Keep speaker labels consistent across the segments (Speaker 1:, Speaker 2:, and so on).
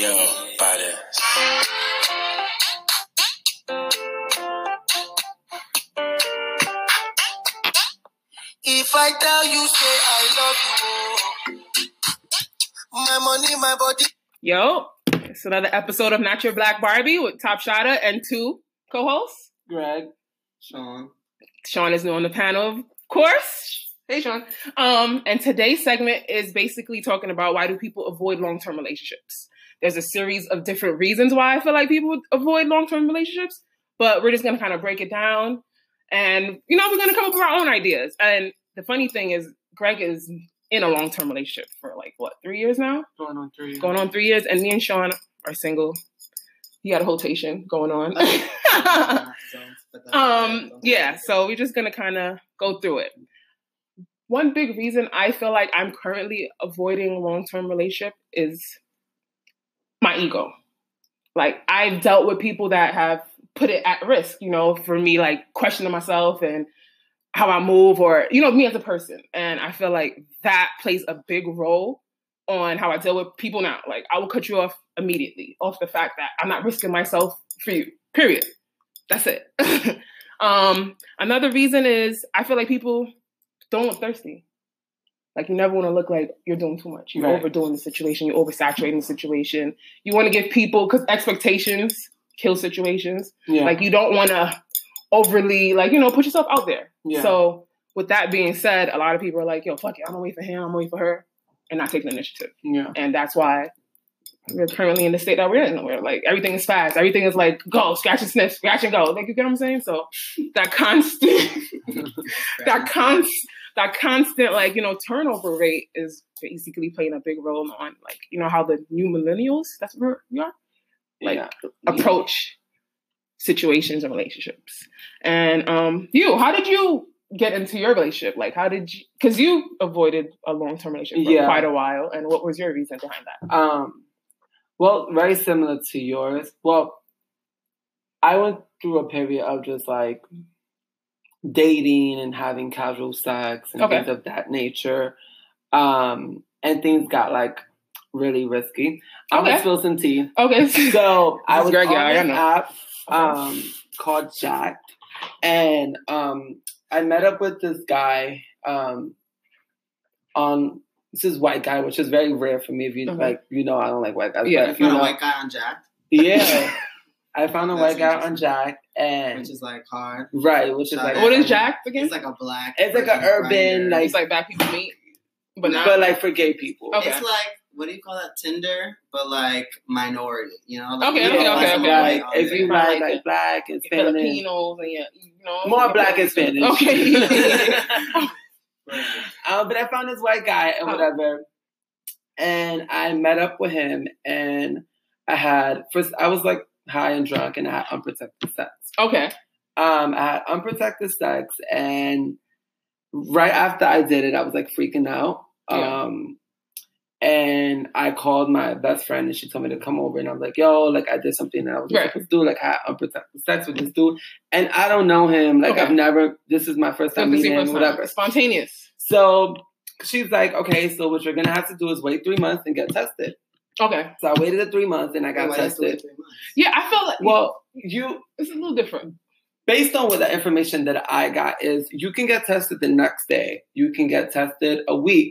Speaker 1: Nobody's. If I tell you, say I love you, oh. my money, my body.
Speaker 2: Yo, it's another episode of Not Your Black Barbie with Top Shotta and two co-hosts.
Speaker 3: Greg, Sean.
Speaker 2: Sean is new on the panel, of course. Hey, Sean. Um, and today's segment is basically talking about why do people avoid long-term relationships. There's a series of different reasons why I feel like people avoid long-term relationships, but we're just gonna kind of break it down, and you know we're gonna come up with our own ideas. And the funny thing is, Greg is in a long-term relationship for like what three years now
Speaker 3: Going on three.
Speaker 2: going on three years, and me and Sean are single. He got a rotation going on. um, yeah, so we're just gonna kind of go through it. One big reason I feel like I'm currently avoiding long-term relationship is my ego. Like I've dealt with people that have put it at risk, you know, for me like questioning myself and how I move or you know me as a person. And I feel like that plays a big role on how I deal with people now. Like I will cut you off immediately off the fact that I'm not risking myself for you. Period. That's it. um, another reason is I feel like people don't look thirsty. Like you never want to look like you're doing too much. You're
Speaker 3: Right.
Speaker 2: overdoing the situation. You're oversaturating the situation. You want to give people because expectations kill situations.
Speaker 3: Yeah.
Speaker 2: Like you don't want to overly like you know put yourself out there.
Speaker 3: Yeah.
Speaker 2: So with that being said, a lot of people are like, "Yo, fuck it, I'm gonna wait for him. I'm gonna wait for her," and not take the initiative.
Speaker 3: yeah.
Speaker 2: And that's why we're currently in the state that we're in. Where like everything is fast, everything is like go scratch and sniff, scratch and go. Like you get what I'm saying? So that constant, that constant, that constant like you know turnover rate is basically playing a big role on like you know how the new millennials that's where we are like,
Speaker 3: yeah.
Speaker 2: approach situations and relationships. And um, you, how did you get into your relationship? Like, how did you? Because you avoided a long term relationship for
Speaker 3: Yeah.
Speaker 2: quite a while. And what was your reason behind that?
Speaker 3: Um, well, very similar to yours. Well, I went through a period of just like dating and having casual sex and
Speaker 2: Okay.
Speaker 3: things of that nature. Um, and things got like really risky. I'm
Speaker 2: Okay.
Speaker 3: gonna spill some tea.
Speaker 2: Okay, so,
Speaker 3: So I
Speaker 2: is
Speaker 3: was
Speaker 2: Greg,
Speaker 3: on
Speaker 2: yeah, I
Speaker 3: an
Speaker 2: know.
Speaker 3: app um, called Jack, and um, I met up with this guy um, on this is white guy, which is very rare for me. If you
Speaker 2: Mhm.
Speaker 3: like, you know, I don't like white guys.
Speaker 2: Yeah,
Speaker 3: but
Speaker 4: I
Speaker 3: if you
Speaker 4: found
Speaker 3: know,
Speaker 4: a white guy on Jack,
Speaker 3: yeah, I found a
Speaker 4: That's
Speaker 3: white guy
Speaker 4: interesting.
Speaker 3: on Jack, and
Speaker 4: which is like hard.
Speaker 3: right, which is
Speaker 4: Shout
Speaker 3: like
Speaker 4: out.
Speaker 2: what is Jack again?
Speaker 4: It's
Speaker 2: It's like,
Speaker 4: like a black.
Speaker 3: It's like a
Speaker 4: version of
Speaker 3: urban,
Speaker 4: Grindr.
Speaker 3: like-
Speaker 2: it's like black people meet, but not.
Speaker 3: but like for gay people.
Speaker 2: Okay.
Speaker 4: It's like what do you call that? Tinder, but like minority. You know? Like,
Speaker 2: Okay,
Speaker 4: you
Speaker 2: okay,
Speaker 4: don't
Speaker 3: Yeah,
Speaker 4: want
Speaker 2: okay,
Speaker 3: like,
Speaker 4: someone
Speaker 2: okay.
Speaker 4: white on
Speaker 3: like, if you
Speaker 4: there.
Speaker 3: like, like black and Spanish,
Speaker 2: Filipinos and yeah, you know
Speaker 3: more black and Spanish.
Speaker 2: Okay.
Speaker 3: Um, but I found this white guy and
Speaker 2: Oh.
Speaker 3: whatever, and I met up with him, and I had first I was like high and drunk, and I had unprotected sex.
Speaker 2: okay.
Speaker 3: Um, I had unprotected sex, and right after I did it, I was like freaking out.
Speaker 2: Yeah.
Speaker 3: Um, and I called my best friend, and she told me to come over, and I was like, "Yo, like I did something that I was
Speaker 2: Right.
Speaker 3: with this dude, like I had unprotected sex with this dude, and I don't know him, like
Speaker 2: Okay.
Speaker 3: I've never. This is my first
Speaker 2: So
Speaker 3: time
Speaker 2: this is
Speaker 3: meeting
Speaker 2: your
Speaker 3: him,
Speaker 2: first
Speaker 3: whatever."
Speaker 2: time. Spontaneous.
Speaker 3: So she's like, okay, so what you're gonna have to do is wait three months and get tested.
Speaker 2: Okay.
Speaker 3: So I waited the three months and I got
Speaker 4: Why does it
Speaker 3: tested.
Speaker 4: take three months?
Speaker 2: Yeah, I felt like well,
Speaker 3: Well, you
Speaker 2: it's a little different.
Speaker 3: based on what the information that I got is you can get tested the next day, you can get tested a week.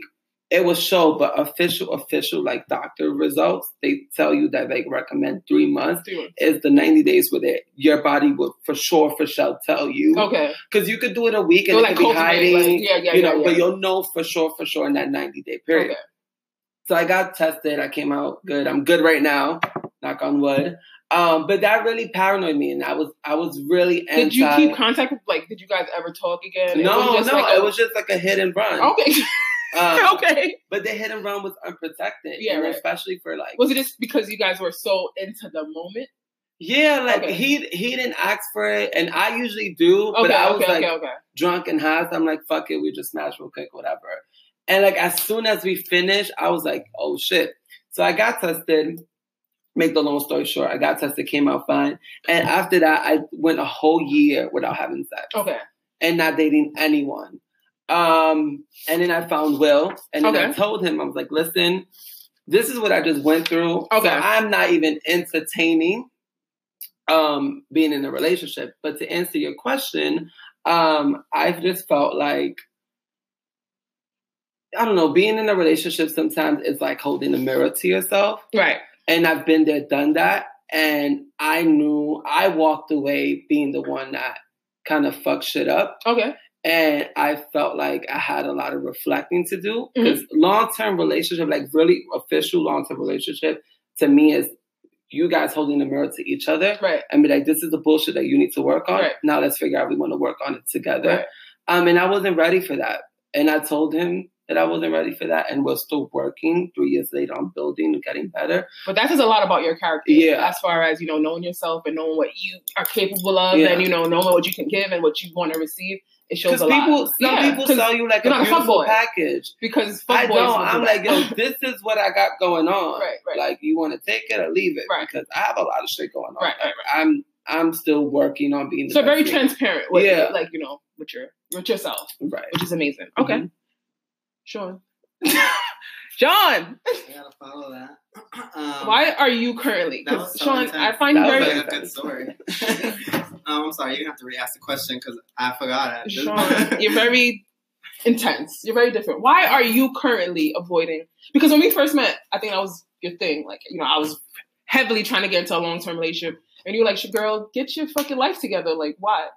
Speaker 3: It will show, but official, official like doctor results, they tell you that they recommend three months is the 90 days with it. Your body will for sure, for sure tell you.
Speaker 2: Okay.
Speaker 3: Because you could do it a week and
Speaker 2: Oh. You're
Speaker 3: it
Speaker 2: like
Speaker 3: could be
Speaker 2: cultivating,
Speaker 3: hiding,
Speaker 2: like, yeah, yeah,
Speaker 3: you
Speaker 2: yeah,
Speaker 3: know,
Speaker 2: yeah.
Speaker 3: but you'll know for sure, for sure in that 90 day period.
Speaker 2: Okay.
Speaker 3: So I got tested. I came out good. I'm good right now. Knock on wood. Um, but that really paranoid me, and I was I was really anti.
Speaker 2: Did you keep contact? with- Like, did you guys ever talk again? It
Speaker 3: no,
Speaker 2: was just
Speaker 3: no,
Speaker 2: like a-
Speaker 3: it was just like a hit and run.
Speaker 2: okay,
Speaker 3: Um,
Speaker 2: okay.
Speaker 3: But the hit and run was unprotected,
Speaker 2: Yeah,
Speaker 3: and
Speaker 2: right.
Speaker 3: especially for like,
Speaker 2: Was it just because you guys were so into the moment?
Speaker 3: yeah, like
Speaker 2: Okay.
Speaker 3: he he didn't ask for it, and I usually do,
Speaker 2: Okay,
Speaker 3: but I was
Speaker 2: okay,
Speaker 3: like
Speaker 2: okay, okay.
Speaker 3: drunk and high, so I'm like, fuck it, we just smash real quick, whatever. And like as soon as we finished, I was like, oh shit. So I got tested. Make the long story short, I got tested, came out fine. And after that, I went a whole year without having sex
Speaker 2: Okay,
Speaker 3: and not dating anyone. Um, and then I found Will, and then I
Speaker 2: Okay.
Speaker 3: told him, I was like, listen, this is what I just went through. Okay. So I'm not even entertaining um being in a relationship. But to answer your question, um, I've just felt like I don't know, being in a relationship sometimes is like holding a mirror to yourself.
Speaker 2: Right.
Speaker 3: And I've been there, done that. And I knew I walked away being the one that kind of fucked shit up.
Speaker 2: Okay.
Speaker 3: And I felt like I had a lot of reflecting to do because mm-hmm. long term relationship, like really official long term relationship, to me is you guys holding the mirror to each other.
Speaker 2: Right.
Speaker 3: And be like, this is the bullshit that you need to work on.
Speaker 2: Right.
Speaker 3: Now let's figure out we want to work on it together. Right. Um, and I wasn't ready for that. And I told him that I wasn't ready for that and was still working three years later on building and getting better.
Speaker 2: But that says a lot about your character.
Speaker 3: Yeah.
Speaker 2: As far as, you know, knowing yourself and knowing what you are capable of yeah. and, you know, knowing what you can give and what you want to receive. It shows a
Speaker 3: people,
Speaker 2: lot.
Speaker 3: Some
Speaker 2: yeah,
Speaker 3: people sell you like a
Speaker 2: you're not a
Speaker 3: beautiful
Speaker 2: fuckboy.
Speaker 3: package.
Speaker 2: Because
Speaker 3: I
Speaker 2: fuckboys
Speaker 3: don't.
Speaker 2: will do
Speaker 3: I'm
Speaker 2: that.
Speaker 3: like, yo, this is what I got going on.
Speaker 2: Right, right.
Speaker 3: Like, you want to take it or leave it
Speaker 2: Right.
Speaker 3: because I have a lot of shit going on.
Speaker 2: Right, right, right.
Speaker 3: I'm I'm still working on being the
Speaker 2: so
Speaker 3: best
Speaker 2: very
Speaker 3: me.
Speaker 2: transparent with,
Speaker 3: Yeah.
Speaker 2: like, you know, with your with yourself,
Speaker 3: Right.
Speaker 2: which is amazing. Okay.
Speaker 3: Mhm.
Speaker 2: Sean. John,
Speaker 4: I gotta follow that. Um,
Speaker 2: why are you currently?
Speaker 4: That
Speaker 2: 'cause
Speaker 4: was so
Speaker 2: Sean,
Speaker 4: intense.
Speaker 2: I find you
Speaker 3: That was
Speaker 2: very
Speaker 4: But
Speaker 3: very-
Speaker 4: a good story. um, I'm sorry, you're gonna have to re-ask the question because I forgot it.
Speaker 2: Sean, you're very intense. You're very different. Why are you currently avoiding? Because when we first met, I think that was your thing. Like, you know, I was heavily trying to get into a long term relationship, and you were like, "Girl, get your fucking life together." Like, why?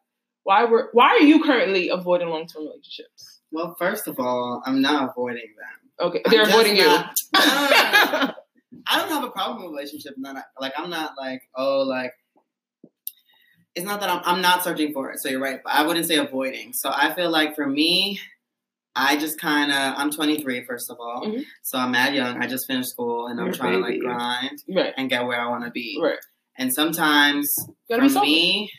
Speaker 2: Why were? Why are you currently avoiding long term relationships?
Speaker 4: well, first of all, I'm not avoiding them.
Speaker 2: Okay, they're
Speaker 4: I'm just
Speaker 2: avoiding you.
Speaker 4: not- No, no, no, no, no. I don't have a problem with relationship. Not like I'm not like oh like. It's not that I'm I'm not searching for it. So you're right, but I wouldn't say avoiding. So I feel like for me, I just kind of I'm 23 first of all,
Speaker 2: Mhm.
Speaker 4: so I'm mad young. I just finished school and I'm
Speaker 3: You're a
Speaker 4: trying
Speaker 3: baby.
Speaker 4: to like grind
Speaker 2: right,
Speaker 4: and get where I want to be.
Speaker 2: right.
Speaker 4: And sometimes
Speaker 2: You gotta
Speaker 4: for
Speaker 2: be selfish.
Speaker 4: me,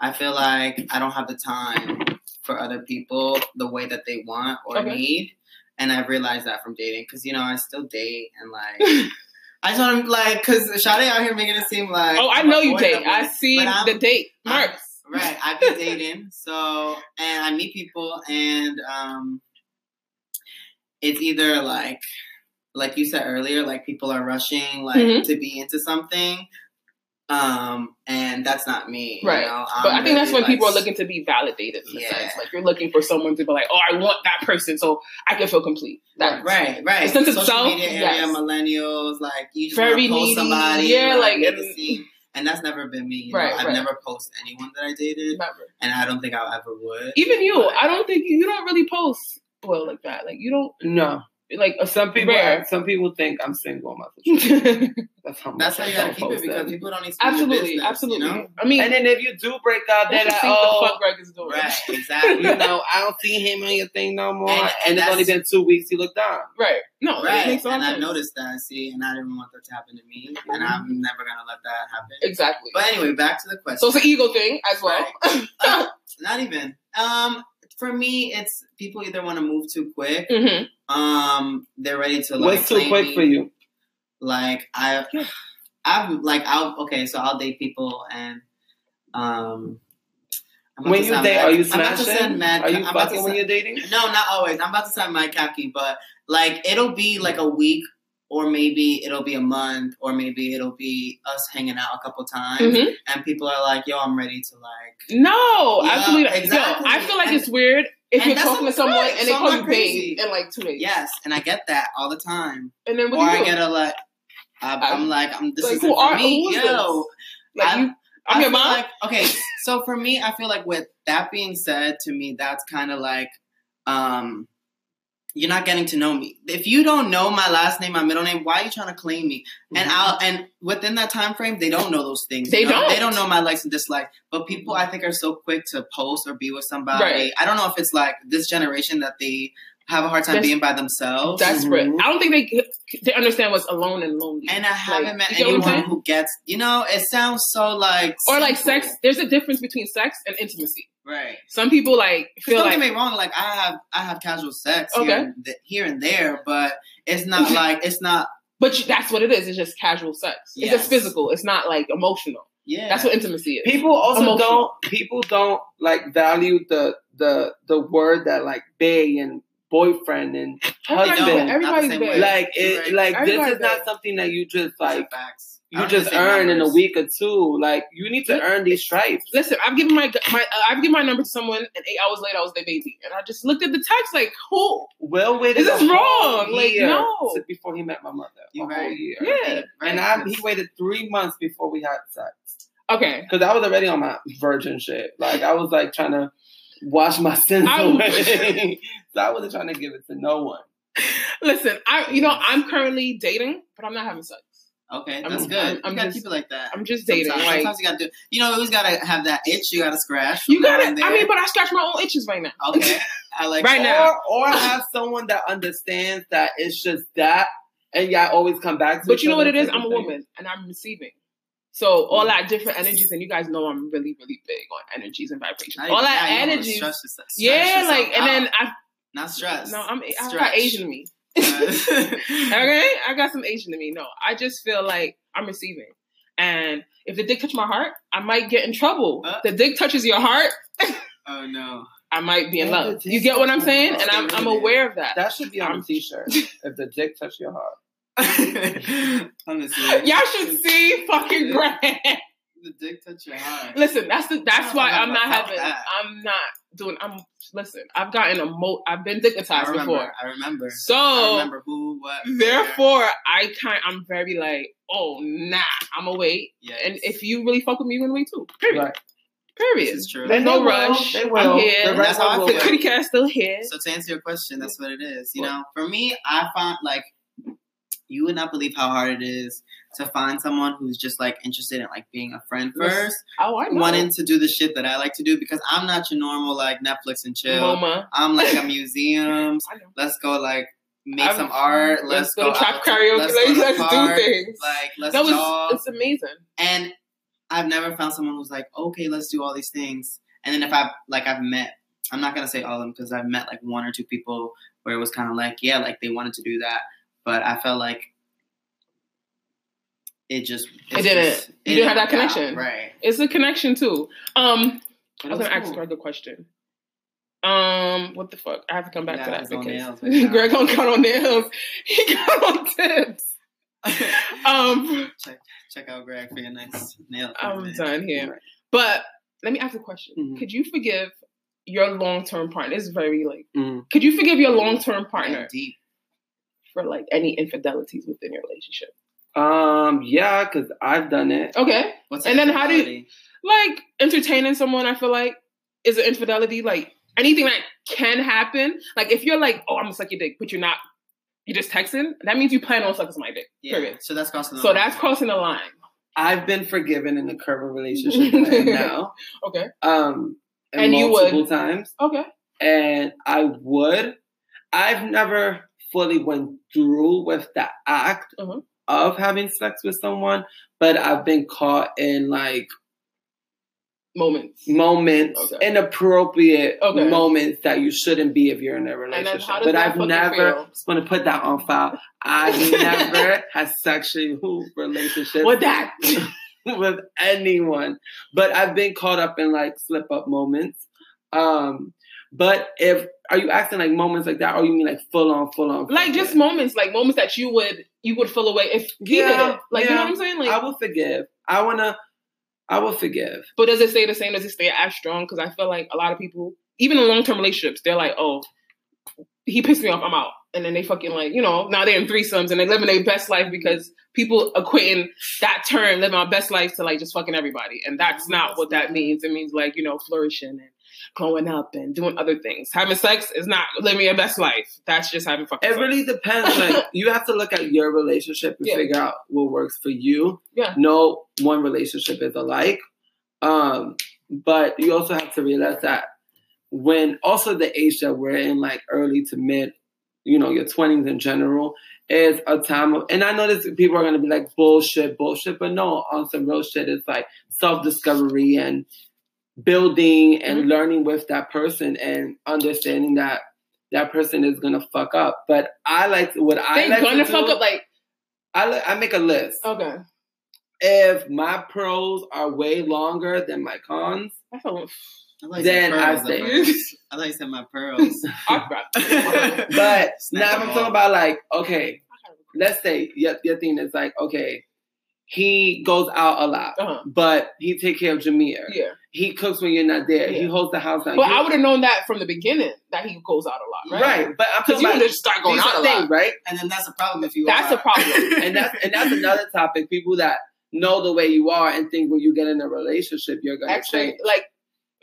Speaker 4: I feel like I don't have the time for other people the way that they want or
Speaker 2: Okay.
Speaker 4: need. And I've realized that from dating because, you know, I still date and like, I just want to, like, because Sade out here making it seem like.
Speaker 2: Oh, I
Speaker 4: I'm
Speaker 2: know you
Speaker 4: avoiding
Speaker 2: date.
Speaker 4: them,
Speaker 2: I
Speaker 4: but
Speaker 2: see
Speaker 4: I'm-
Speaker 2: the date.
Speaker 4: I'm-
Speaker 2: Mark,
Speaker 4: Right. I've been dating. So, and I meet people and um, it's either like, like you said earlier, like people are rushing like
Speaker 2: Mhm.
Speaker 4: to be into something. Um, and that's not me. you
Speaker 2: Right.
Speaker 4: know?
Speaker 2: But
Speaker 4: I'm
Speaker 2: I think that's when
Speaker 4: really, like,
Speaker 2: people are looking to be validated in a
Speaker 4: Yeah.
Speaker 2: sense. Like you're looking for someone to be like, oh, I want that person so I can feel complete. That
Speaker 4: Right, right.
Speaker 2: Since it's
Speaker 4: Social
Speaker 2: self,
Speaker 4: media area,
Speaker 2: yes.
Speaker 4: millennials, like you just
Speaker 2: Very
Speaker 4: Very post
Speaker 2: needy,
Speaker 4: somebody,
Speaker 2: yeah, like,
Speaker 4: make
Speaker 2: and-
Speaker 4: a scene. and that's never been me. You
Speaker 2: Right,
Speaker 4: know? I've
Speaker 2: right.
Speaker 4: never posted anyone that I dated,
Speaker 2: remember.
Speaker 4: and I don't think I ever would.
Speaker 2: Even you, I don't think you, you don't really post well like that. Like you don't
Speaker 3: No,
Speaker 2: like a
Speaker 3: some people.
Speaker 2: Rare.
Speaker 3: Some people think I'm single. I'm not single.
Speaker 2: absolutely,
Speaker 3: That's how much
Speaker 4: That's how you
Speaker 3: I
Speaker 4: gotta
Speaker 3: don't
Speaker 4: keep it
Speaker 3: post
Speaker 4: because
Speaker 3: them.
Speaker 4: people don't need to be in the
Speaker 2: absolutely.
Speaker 4: business, You know?
Speaker 2: I mean,
Speaker 3: And then if you do break up,
Speaker 2: they
Speaker 3: they're
Speaker 2: should
Speaker 3: like,
Speaker 2: see what the
Speaker 3: oh,
Speaker 2: fuck Greg is doing.
Speaker 4: Right,
Speaker 2: Right.
Speaker 4: exactly.
Speaker 3: you know, I don't see him on your thing no more.
Speaker 4: And-
Speaker 3: And,
Speaker 4: and
Speaker 3: it's only been
Speaker 4: that's-
Speaker 3: two weeks. You look down.
Speaker 2: No, it
Speaker 4: Right,
Speaker 2: makes a lot
Speaker 4: and
Speaker 2: of
Speaker 4: I
Speaker 2: sense.
Speaker 4: noticed that. See, and I didn't want that to happen to me,
Speaker 3: Mm-hmm.
Speaker 4: and I'm never gonna let that happen.
Speaker 2: Exactly.
Speaker 4: But anyway, back to the question.
Speaker 2: so it's an ego thing as well.
Speaker 4: Uh, not even. Um, for me, it's people either want to move too quick.
Speaker 2: Mhm.
Speaker 4: Um, they're ready to like.
Speaker 3: What's too
Speaker 4: claim
Speaker 3: quick
Speaker 4: me.
Speaker 3: for you?
Speaker 4: Like I,
Speaker 2: Yeah.
Speaker 4: I'm like I'll okay. So I'll date people and um. I'm about
Speaker 3: When
Speaker 4: to
Speaker 3: you
Speaker 4: sound
Speaker 3: date,
Speaker 4: mad-
Speaker 3: are you
Speaker 4: I'm about to
Speaker 3: smashing?
Speaker 4: sound mad.
Speaker 3: Are
Speaker 4: I'm
Speaker 3: you
Speaker 4: about to
Speaker 3: fucking
Speaker 4: sound-
Speaker 3: when you're dating?
Speaker 4: no, not always. I'm about to sound my khaki, but like it'll be like a week or maybe it'll be a month or maybe it'll be us hanging out a couple times
Speaker 2: Mhm.
Speaker 4: and people are like, yo, I'm ready to like
Speaker 2: No,
Speaker 4: Yeah,
Speaker 2: absolutely. not.
Speaker 4: exactly.
Speaker 2: Yo, I feel like
Speaker 4: And-
Speaker 2: it's weird if
Speaker 4: and
Speaker 2: you're
Speaker 4: that's
Speaker 2: talking to
Speaker 4: what's
Speaker 2: someone
Speaker 4: right.
Speaker 2: and they
Speaker 4: So I'm
Speaker 2: call
Speaker 4: not
Speaker 2: you
Speaker 4: crazy.
Speaker 2: babe in like two days.
Speaker 4: yes. And I get that all the time.
Speaker 2: And then what
Speaker 4: or
Speaker 2: do you do?
Speaker 4: I get a like I, I'm like, I'm this
Speaker 2: Like,
Speaker 4: is
Speaker 2: who are-
Speaker 4: me.
Speaker 2: who is
Speaker 4: yo.
Speaker 2: this? Like
Speaker 4: I-
Speaker 2: you, I'm
Speaker 4: I
Speaker 2: your
Speaker 4: feel
Speaker 2: mom.
Speaker 4: Like, okay, so for me, I feel like with that being said, to me, that's kind of like, um, you're not getting to know me. If you don't know my last name, my middle name, why are you trying to claim me? And I'll and within that time frame, they don't know those things.
Speaker 2: Mm-hmm. They
Speaker 4: you know?
Speaker 2: don't.
Speaker 4: They don't know my likes and dislikes. But people, I think, are so quick to post or be with somebody.
Speaker 2: Right.
Speaker 4: I don't know if it's like this generation that they have a hard time
Speaker 2: That's-
Speaker 4: being by themselves.
Speaker 2: desperate.
Speaker 3: Mhm.
Speaker 2: I don't think they they understand what's alone and lonely.
Speaker 4: Mm-hmm. and I haven't
Speaker 2: Like,
Speaker 4: met
Speaker 2: you get what I'm
Speaker 4: anyone
Speaker 2: saying?
Speaker 4: who gets. You know, it sounds so like
Speaker 2: or like
Speaker 4: simple.
Speaker 2: sex. There's a difference between sex and intimacy.
Speaker 4: right?
Speaker 2: Some people like feel
Speaker 4: don't
Speaker 2: like
Speaker 4: get me wrong. Like I have, I have casual sex
Speaker 2: Okay.
Speaker 4: here, and th- here and there, but it's not like it's not.
Speaker 2: but you, that's what it is. It's just casual sex. It's just
Speaker 4: Yes.
Speaker 2: physical. It's not like emotional.
Speaker 4: Yeah,
Speaker 2: That's what intimacy is.
Speaker 3: People also
Speaker 2: Emotional.
Speaker 3: don't. People don't like value the the the word that like bay and boyfriend and
Speaker 2: Everybody's
Speaker 4: No,
Speaker 2: been-
Speaker 3: husband.
Speaker 2: everybody's
Speaker 4: not the same
Speaker 2: been-
Speaker 4: way.
Speaker 3: Like it,
Speaker 4: Right.
Speaker 3: like this
Speaker 2: Everybody's
Speaker 3: is not something that you just like
Speaker 4: Facts. I
Speaker 3: you
Speaker 4: don't even
Speaker 3: just
Speaker 4: say
Speaker 3: earn in a
Speaker 4: numbers.
Speaker 3: week or two. Like you need to earn these stripes.
Speaker 2: Listen, I've given my my uh, I've given my number to someone, and eight hours later I was their baby, and I just looked at the text like, who?
Speaker 3: Well, waited
Speaker 2: This is
Speaker 3: a whole
Speaker 2: wrong. Like,
Speaker 3: year
Speaker 2: no.
Speaker 3: to- before he met my mother,
Speaker 4: You
Speaker 3: a whole
Speaker 4: right.
Speaker 3: year.
Speaker 2: Yeah.
Speaker 4: Right.
Speaker 3: And I, he waited three months before we had sex
Speaker 2: Okay.
Speaker 3: because I was already on my virgin shit. Like I was like trying to wash my sins
Speaker 2: I-
Speaker 3: away. so I wasn't trying to give it to no one.
Speaker 2: Listen, I you know I'm currently dating, but I'm not having sex.
Speaker 4: Okay,
Speaker 2: I'm-
Speaker 4: that's good.
Speaker 2: I'm- I'm
Speaker 4: you gotta
Speaker 2: just-
Speaker 4: keep it like that.
Speaker 2: I'm just dating.
Speaker 4: Sometimes,
Speaker 2: Like
Speaker 4: sometimes you gotta do. You know, you always gotta have that itch. You gotta scratch.
Speaker 2: you
Speaker 4: from now
Speaker 2: got
Speaker 4: and
Speaker 2: it. I
Speaker 4: there.
Speaker 2: mean, but I scratch my own itches right now.
Speaker 4: okay. I like
Speaker 2: Right
Speaker 4: that.
Speaker 2: now.
Speaker 3: Or, or have someone that understands that it's just that, and y'all always come back to.
Speaker 2: But
Speaker 3: each
Speaker 2: you know what
Speaker 3: other
Speaker 2: it is?
Speaker 3: for
Speaker 2: I'm a
Speaker 3: everything.
Speaker 2: woman and I'm receiving. So
Speaker 4: Mm.
Speaker 2: all that different energies, and you guys know I'm really, really big on energies and vibrations.
Speaker 4: Now you-
Speaker 2: all
Speaker 4: now
Speaker 2: that
Speaker 4: you wanna
Speaker 2: energy.
Speaker 4: Stress yourself, stress
Speaker 2: Yeah,
Speaker 4: yourself
Speaker 2: like and
Speaker 4: out.
Speaker 2: then I
Speaker 4: not stress.
Speaker 2: no, I'm I got
Speaker 4: Stretch. Uh,
Speaker 2: Asian in me. Okay? I got some Asian in me. No. I just feel like I'm receiving. And if the dick touch my heart, I might get in trouble.
Speaker 4: Huh?
Speaker 2: the dick touches your heart,
Speaker 4: oh no.
Speaker 2: I might be in
Speaker 3: If
Speaker 2: love.
Speaker 3: the
Speaker 2: You
Speaker 3: dick
Speaker 2: get what I'm
Speaker 3: touches my
Speaker 2: saying?
Speaker 3: heart,
Speaker 2: And I'm
Speaker 4: it
Speaker 2: I'm
Speaker 4: really is.
Speaker 2: aware of that.
Speaker 3: That should be on a t-shirt. if the dick touch your heart.
Speaker 4: Honestly,
Speaker 2: Y'all should see fucking Grant.
Speaker 4: The dick touch your heart.
Speaker 2: Listen, that's the that's
Speaker 4: don't
Speaker 2: why
Speaker 4: know
Speaker 2: I'm not
Speaker 4: about
Speaker 2: having.
Speaker 4: that.
Speaker 2: I'm not doing. I'm listen. I've gotten a mo. I've been dickatized
Speaker 4: I remember.
Speaker 2: before,
Speaker 4: I remember. I
Speaker 2: so
Speaker 4: remember who, what.
Speaker 2: therefore I kind. I'm very like, oh nah, I'm gonna wait.
Speaker 4: Yeah.
Speaker 2: And if you really fuck with me, you're gonna wait too. Period.
Speaker 3: Right.
Speaker 2: Period.
Speaker 4: This is true.
Speaker 2: There's
Speaker 3: And
Speaker 2: no
Speaker 3: they will.
Speaker 2: rush.
Speaker 3: They will.
Speaker 2: I'm
Speaker 3: The
Speaker 2: here.
Speaker 3: right
Speaker 4: That's how I
Speaker 3: one
Speaker 2: The
Speaker 3: will
Speaker 4: feel.
Speaker 2: kitty cat's still here.
Speaker 4: So to answer your question, that's what it is. You know, for me, I find like you would not believe how hard it is to find someone who's just like interested in like being a friend
Speaker 2: Yes.
Speaker 4: first,
Speaker 2: oh, I know.
Speaker 4: wanting to do the shit that I like to do because I'm not your normal like Netflix and chill.
Speaker 2: MoMA.
Speaker 4: I'm like a museum.
Speaker 2: I know.
Speaker 4: Let's go like make
Speaker 2: I'm-
Speaker 4: some art. Let's,
Speaker 2: Let's
Speaker 4: go,
Speaker 2: go to trap
Speaker 4: out
Speaker 2: karaoke.
Speaker 4: Let's,
Speaker 2: Let's,
Speaker 4: go to
Speaker 2: let's
Speaker 4: the
Speaker 2: do
Speaker 4: park.
Speaker 2: things.
Speaker 4: Like let's
Speaker 2: that was
Speaker 4: jog.
Speaker 2: it's amazing.
Speaker 4: And I've never found someone who's like, okay, let's do all these things. And then if I've like I've met, I'm not gonna say all of them because I've met like one or two people where it was kind of like, yeah, like they wanted to do that, but I felt like it just
Speaker 2: It didn't.
Speaker 4: just-
Speaker 2: You didn't have that
Speaker 4: work out,
Speaker 2: connection.
Speaker 4: right?
Speaker 2: It's a connection too. Um, I was
Speaker 4: But it was
Speaker 2: gonna ask
Speaker 4: cool.
Speaker 2: Greg a question. Um, what the fuck? I have to come back
Speaker 4: Nah,
Speaker 2: to that
Speaker 4: it's on
Speaker 2: because
Speaker 4: nails right now.
Speaker 2: Greg don't cut on nails. He cut on tips. Um,
Speaker 4: Check out Greg for your next nail.
Speaker 2: I'm
Speaker 4: appointment.
Speaker 2: done here.
Speaker 3: Right.
Speaker 2: But let me ask a question.
Speaker 3: Mhm.
Speaker 2: Could you forgive your long term partner? It's very like.
Speaker 3: Mm.
Speaker 2: Could you forgive your long term
Speaker 4: Yeah,
Speaker 2: partner
Speaker 4: Deep.
Speaker 2: for like any infidelities within your relationship?
Speaker 3: Um, yeah, because I've done it.
Speaker 2: Okay,
Speaker 4: What's
Speaker 2: And
Speaker 4: an
Speaker 2: then how do you-
Speaker 4: infidelity?
Speaker 2: like entertaining someone. I feel like is an infidelity. Like anything that can happen. Like if you're like, oh, I'm gonna suck your dick, but you're not. You're just texting. That means you plan on sucking my dick.
Speaker 4: Yeah.
Speaker 2: Period.
Speaker 4: So that's crossing. the
Speaker 2: So
Speaker 3: Mm.
Speaker 4: line.
Speaker 2: that's crossing the line.
Speaker 3: I've been forgiven in the current relationship that I'm now.
Speaker 2: Okay.
Speaker 3: Um, and,
Speaker 2: And you would.
Speaker 3: multiple times.
Speaker 2: Okay.
Speaker 3: and I would. I've never fully went through with the act
Speaker 2: Mhm.
Speaker 3: of having sex with someone, but I've been caught in like
Speaker 2: Moments.
Speaker 3: moments,
Speaker 2: Okay.
Speaker 3: inappropriate
Speaker 2: Okay.
Speaker 3: moments that you shouldn't be if you're in a
Speaker 2: then
Speaker 3: relationship.
Speaker 2: how does
Speaker 3: But
Speaker 2: that
Speaker 3: I've
Speaker 2: fucking
Speaker 3: never
Speaker 2: feel?
Speaker 3: just want to put that on file. I've never had sexual relationships
Speaker 2: With that.
Speaker 3: with anyone, but I've been caught up in like slip up moments. Um, but if are you asking like moments like that, or you mean like full on, full on,
Speaker 2: Like just
Speaker 3: fucking?
Speaker 2: moments, like moments that you would you would feel away if he
Speaker 3: Yeah,
Speaker 2: did it. Like you
Speaker 3: yeah.
Speaker 2: know what I'm saying? Like,
Speaker 3: I will forgive. I wanna. I will forgive.
Speaker 2: but does it stay the same? Does it stay as strong? Because I feel like a lot of people, even in long term relationships, they're like, oh, he pissed me off, I'm out, and then they fucking like you know now they're in threesomes and they living their best life because people equating that term living our best life to like just fucking everybody, and that's not what that means. It means like you know flourishing and growing up and doing other things. Having sex is not living your best life. That's just having fucking.
Speaker 3: It
Speaker 2: sex.
Speaker 3: really depends. Like you have to look at your relationship and
Speaker 2: Yeah.
Speaker 3: figure out what works for you.
Speaker 2: Yeah.
Speaker 3: No one relationship is alike. Um, but you also have to realize that when also the age that we're in, like early to mid, you know, your twenties in general, is a time of and I know this people are gonna be like bullshit, bullshit, but no, on some real shit, it's like self-discovery and building and
Speaker 2: Mm-hmm.
Speaker 3: learning with that person and understanding that that person is gonna fuck up. But I like what I
Speaker 2: They
Speaker 3: like
Speaker 2: gonna
Speaker 3: to
Speaker 2: fuck
Speaker 3: do,
Speaker 2: up like
Speaker 3: I li- I make a list.
Speaker 2: okay.
Speaker 3: If my pros are way longer than my cons,
Speaker 2: I feel
Speaker 4: I thought you said
Speaker 3: Then I
Speaker 4: pearls at
Speaker 3: stay.
Speaker 4: first. I thought you said my pearls.
Speaker 3: But
Speaker 4: Snap
Speaker 3: now
Speaker 4: them
Speaker 3: if I'm
Speaker 4: all.
Speaker 3: talking about like, okay, let's say your, your thing is like, okay, he goes out a lot,
Speaker 2: uh
Speaker 3: but he take care of Jameer.
Speaker 2: Yeah.
Speaker 3: He cooks when you're not there. He
Speaker 2: Yeah.
Speaker 3: holds the house down.
Speaker 2: But
Speaker 3: You-
Speaker 2: I would have known that from the beginning that he goes out a lot, right?
Speaker 3: right. But I'm
Speaker 2: Because
Speaker 3: talking
Speaker 2: you would
Speaker 3: about
Speaker 2: have start going
Speaker 3: these
Speaker 2: out a
Speaker 3: are
Speaker 2: lot.
Speaker 3: things, right?
Speaker 4: and then that's a problem if you
Speaker 2: That's
Speaker 4: are.
Speaker 2: a problem.
Speaker 3: and that's and that's another topic. People that know the way you are and think when you get in a relationship you're gonna
Speaker 2: Actually,
Speaker 3: change.
Speaker 2: like,